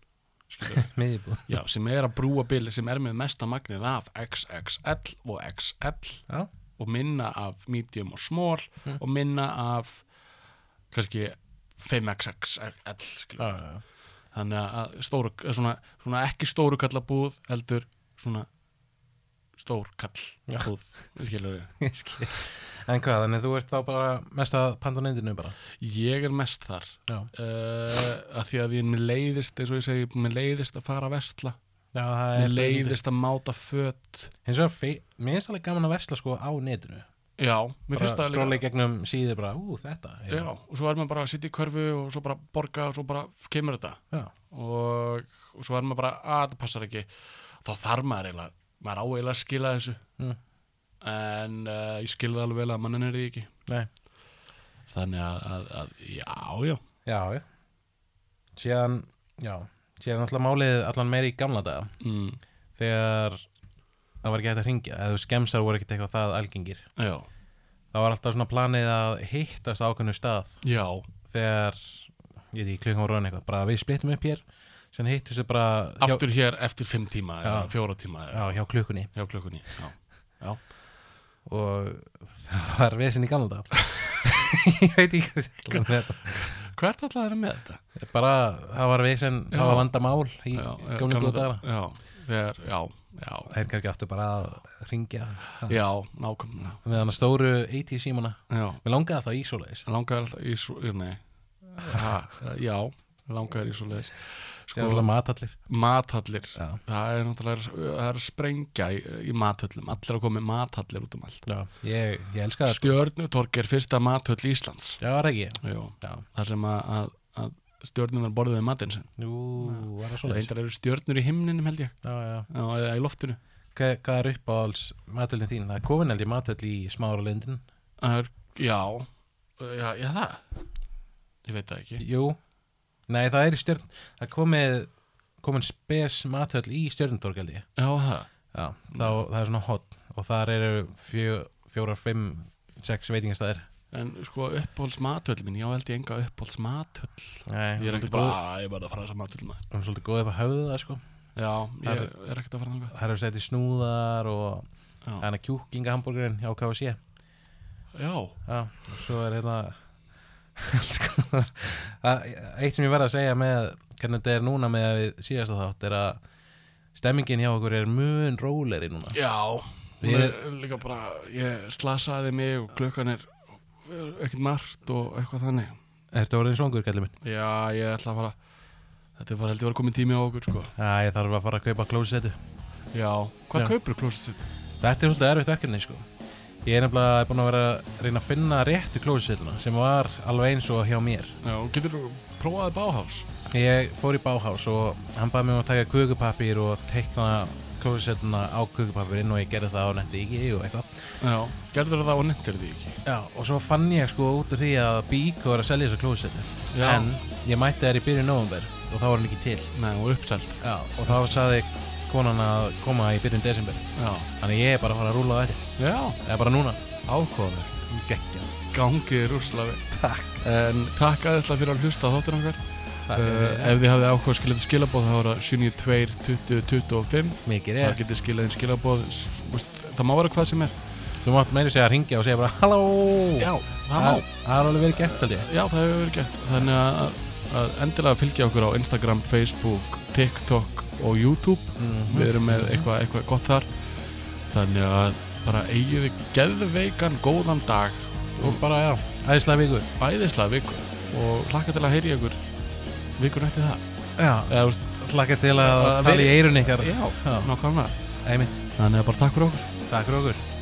[SPEAKER 2] skilurðu.
[SPEAKER 1] Miðbúð
[SPEAKER 2] Já, sem er að brúa bili sem er með mesta magnið af XXL og XL
[SPEAKER 1] Já
[SPEAKER 2] og minna af medium og small
[SPEAKER 1] Mhm.
[SPEAKER 2] og minna af kannski 5XXL
[SPEAKER 1] Já,
[SPEAKER 2] skilur.
[SPEAKER 1] já, já
[SPEAKER 2] þannig að stóru, eh, svona, svona ekki stóru kallabúð heldur svona stór kallabúð skilur við.
[SPEAKER 1] Ég skil. En hvað, þannig þú ert þá bara mest að panta á neyndinu bara
[SPEAKER 2] Ég er mest þar
[SPEAKER 1] Já
[SPEAKER 2] uh, að því að ég mér leiðist eins og ég segi, mér leiðist að fara að versla
[SPEAKER 1] Já, það
[SPEAKER 2] mér
[SPEAKER 1] er
[SPEAKER 2] leiðist að máta föt
[SPEAKER 1] Hins vegar, fe- mér finnst alveg gaman að vesla sko á netinu
[SPEAKER 2] Já, mér finnst
[SPEAKER 1] Bara
[SPEAKER 2] það líka-
[SPEAKER 1] skróla í gegnum síði bara, ú, þetta
[SPEAKER 2] Já, og svo er maður bara að sitja í körfu og svo bara borga og svo bara kemur þetta
[SPEAKER 1] Já,
[SPEAKER 2] og, og svo er maður bara að það passar ekki þá þarf maður eiginlega maður á eiginlega að skila þessu
[SPEAKER 1] Mm.
[SPEAKER 2] en uh, ég skilði alveg vel að mannin er því ekki
[SPEAKER 1] nei
[SPEAKER 2] þannig að, að, að já, já
[SPEAKER 1] Já, já Síðan, já Síðan alltaf málið allan meiri í gamla daga
[SPEAKER 2] mm,
[SPEAKER 1] Þegar það var ekki hægt að hringja Eða þú skemsar voru ekkert eitthvað það algengir
[SPEAKER 2] já,
[SPEAKER 1] það var alltaf svona planið að hittast á ákveðnu stað
[SPEAKER 2] Já,
[SPEAKER 1] þegar, ég veit ekki, klukkan voru hann eitthvað bara við splittum upp hér, sem hittist við bara
[SPEAKER 2] aftur hér eftir fimm tíma eða
[SPEAKER 1] Já.
[SPEAKER 2] fjóra tíma
[SPEAKER 1] hjá,
[SPEAKER 2] eða
[SPEAKER 1] já, hjá klukkunni
[SPEAKER 2] hjá klukkunni Já, já,
[SPEAKER 1] og það var vesinn í gamla dag ég veit ekki hvað ég ætla með þetta.
[SPEAKER 2] hvað er alltaf þeirra með þetta?
[SPEAKER 1] bara, það var vesinn, það var
[SPEAKER 2] Já.
[SPEAKER 1] vandamál í
[SPEAKER 2] Já, já,
[SPEAKER 1] gamla góða dagana
[SPEAKER 2] Já, þegar, já, já,
[SPEAKER 1] það er kannski áttu bara að ringja
[SPEAKER 2] já, nákvæmna
[SPEAKER 1] með hann stóru 80 símana
[SPEAKER 2] Já,
[SPEAKER 1] mér langaði alltaf í svoleiðis
[SPEAKER 2] langaði alltaf í svo, nei ha, Já, langaði í svo leiðis
[SPEAKER 1] það er alltaf matallir
[SPEAKER 2] Mathallir
[SPEAKER 1] Já.
[SPEAKER 2] Það er náttúrulega það er að sprengja í, í mathöllum Allir að koma með mathallir út um allt
[SPEAKER 1] já, ég, ég elska það sko.
[SPEAKER 2] Stjörnutorg er fyrsta mathöll Íslands
[SPEAKER 1] já, var ekki
[SPEAKER 2] Jó,
[SPEAKER 1] já,
[SPEAKER 2] þar sem að, að, að stjörnunar borðuði matinn sinn
[SPEAKER 1] jú, var það svoleiðis
[SPEAKER 2] Reyndar eru stjörnur í himninum held ég
[SPEAKER 1] já, já.
[SPEAKER 2] Já, eða í loftinu
[SPEAKER 1] Hva, hvað er uppáhalds matöldin þín? það er komin held ég matöld í smára lindin
[SPEAKER 2] Það er, já, já, já það Ég veit það ekki
[SPEAKER 1] jú, nei það er í stjörn það er komið komin spes matöld í stjörnindorg held ég
[SPEAKER 2] Já, það
[SPEAKER 1] já, þá, það er svona hot og þar eru fjö, fjórar, fimm sex veitingastæðir
[SPEAKER 2] En sko uppáhalds mathöll minn, já held ég enga uppáhalds mathöll
[SPEAKER 1] Nei,
[SPEAKER 2] Ég
[SPEAKER 1] svolítið
[SPEAKER 2] er ekkert bara, að ég verða að fara þess að mathöll maður
[SPEAKER 1] góð- hún er svolítið góð upp að höfðu það sko
[SPEAKER 2] Já, ég er,
[SPEAKER 1] Það
[SPEAKER 2] er ekkert að fara þangað
[SPEAKER 1] það eru sett í snúðar og
[SPEAKER 2] Já.
[SPEAKER 1] hann er kjúklingahambúrgurinn hjá KFC
[SPEAKER 2] Já,
[SPEAKER 1] já, og svo er hérna alls konar- Það- eitt sem ég verð að segja með hvernig þetta er núna með að við síðast að þátt er að stemmingin hjá okkur er mun róleri núna
[SPEAKER 2] já
[SPEAKER 1] Við-
[SPEAKER 2] Hún er líka bara, ég slasaði mig og klukkan er ekkert margt og eitthvað þannig
[SPEAKER 1] Ertu orðin svangur, kallið minn?
[SPEAKER 2] Já, ég ætla að fara Þetta var held ég var komin tími á okkur sko
[SPEAKER 1] Já, ég þarf að fara að kaupa klósisetu
[SPEAKER 2] Já, hvað
[SPEAKER 1] Já.
[SPEAKER 2] kaupir klósið sitt?
[SPEAKER 1] Þetta er svolítið erfitt verkefni, sko Ég er nefnilega búin að vera að reyna að finna réttu klósisetuna sem var alveg eins og hjá mér
[SPEAKER 2] Já, getur þú prófaði báhás?
[SPEAKER 1] Ég fór í Báhás og hann baði mig um að taka kukupapir og teikna klósisetuna á kukupapirinn og ég gerði það á netti ekki og eitthvað
[SPEAKER 2] Já, gerður það á nettir því ekki?
[SPEAKER 1] Já, og svo fann ég sko út af því að Bíko var að selja þessar klósetti
[SPEAKER 2] Já.
[SPEAKER 1] En ég mætti þær í byrjun november og þá var hann ekki til
[SPEAKER 2] Nei, hún er uppselt
[SPEAKER 1] Já, og þá saði konan að koma í byrjun desember
[SPEAKER 2] Já,
[SPEAKER 1] Þannig ég er bara að fara að rúla á þetta
[SPEAKER 2] já,
[SPEAKER 1] Eða bara núna
[SPEAKER 2] ákofið
[SPEAKER 1] Gekkja
[SPEAKER 2] gangið rúslega vel
[SPEAKER 1] Takk
[SPEAKER 2] en takk aðeinslega fyrir að hlusta á þáttur okkar
[SPEAKER 1] Takk
[SPEAKER 2] uh,
[SPEAKER 1] fyrir.
[SPEAKER 2] ef þið hafið áhuga skiljaði skilabóð þá er það 72 20 25
[SPEAKER 1] Mikið
[SPEAKER 2] það
[SPEAKER 1] er
[SPEAKER 2] getið skiljaði skilabóð s- veist, það má vera hvað sem er
[SPEAKER 1] Þú mátt meira segja að ringja og segja bara Halló
[SPEAKER 2] það má
[SPEAKER 1] Það er alveg verið gert held ég
[SPEAKER 2] já, það hefur verið gert þannig að, að endilega fylgja okkur á Instagram, Facebook, TikTok og YouTube
[SPEAKER 1] Mhm.
[SPEAKER 2] við erum með eitthvað, eitthvað gott þar þannig að bara eigið við geðveikan góðan dag
[SPEAKER 1] Og bara já, æðislega viku
[SPEAKER 2] æðislega viku og hlakka til að heyri ykkur vikur eftir það
[SPEAKER 1] Já,
[SPEAKER 2] eða, þú veist,
[SPEAKER 1] hlakka til að
[SPEAKER 2] Að
[SPEAKER 1] tala í
[SPEAKER 2] verið-
[SPEAKER 1] eirun ykkar
[SPEAKER 2] já,
[SPEAKER 1] Já.
[SPEAKER 2] nákvæmlega
[SPEAKER 1] Æmi,
[SPEAKER 2] þannig að bara takk fyrir okkur
[SPEAKER 1] takk fyrir okkur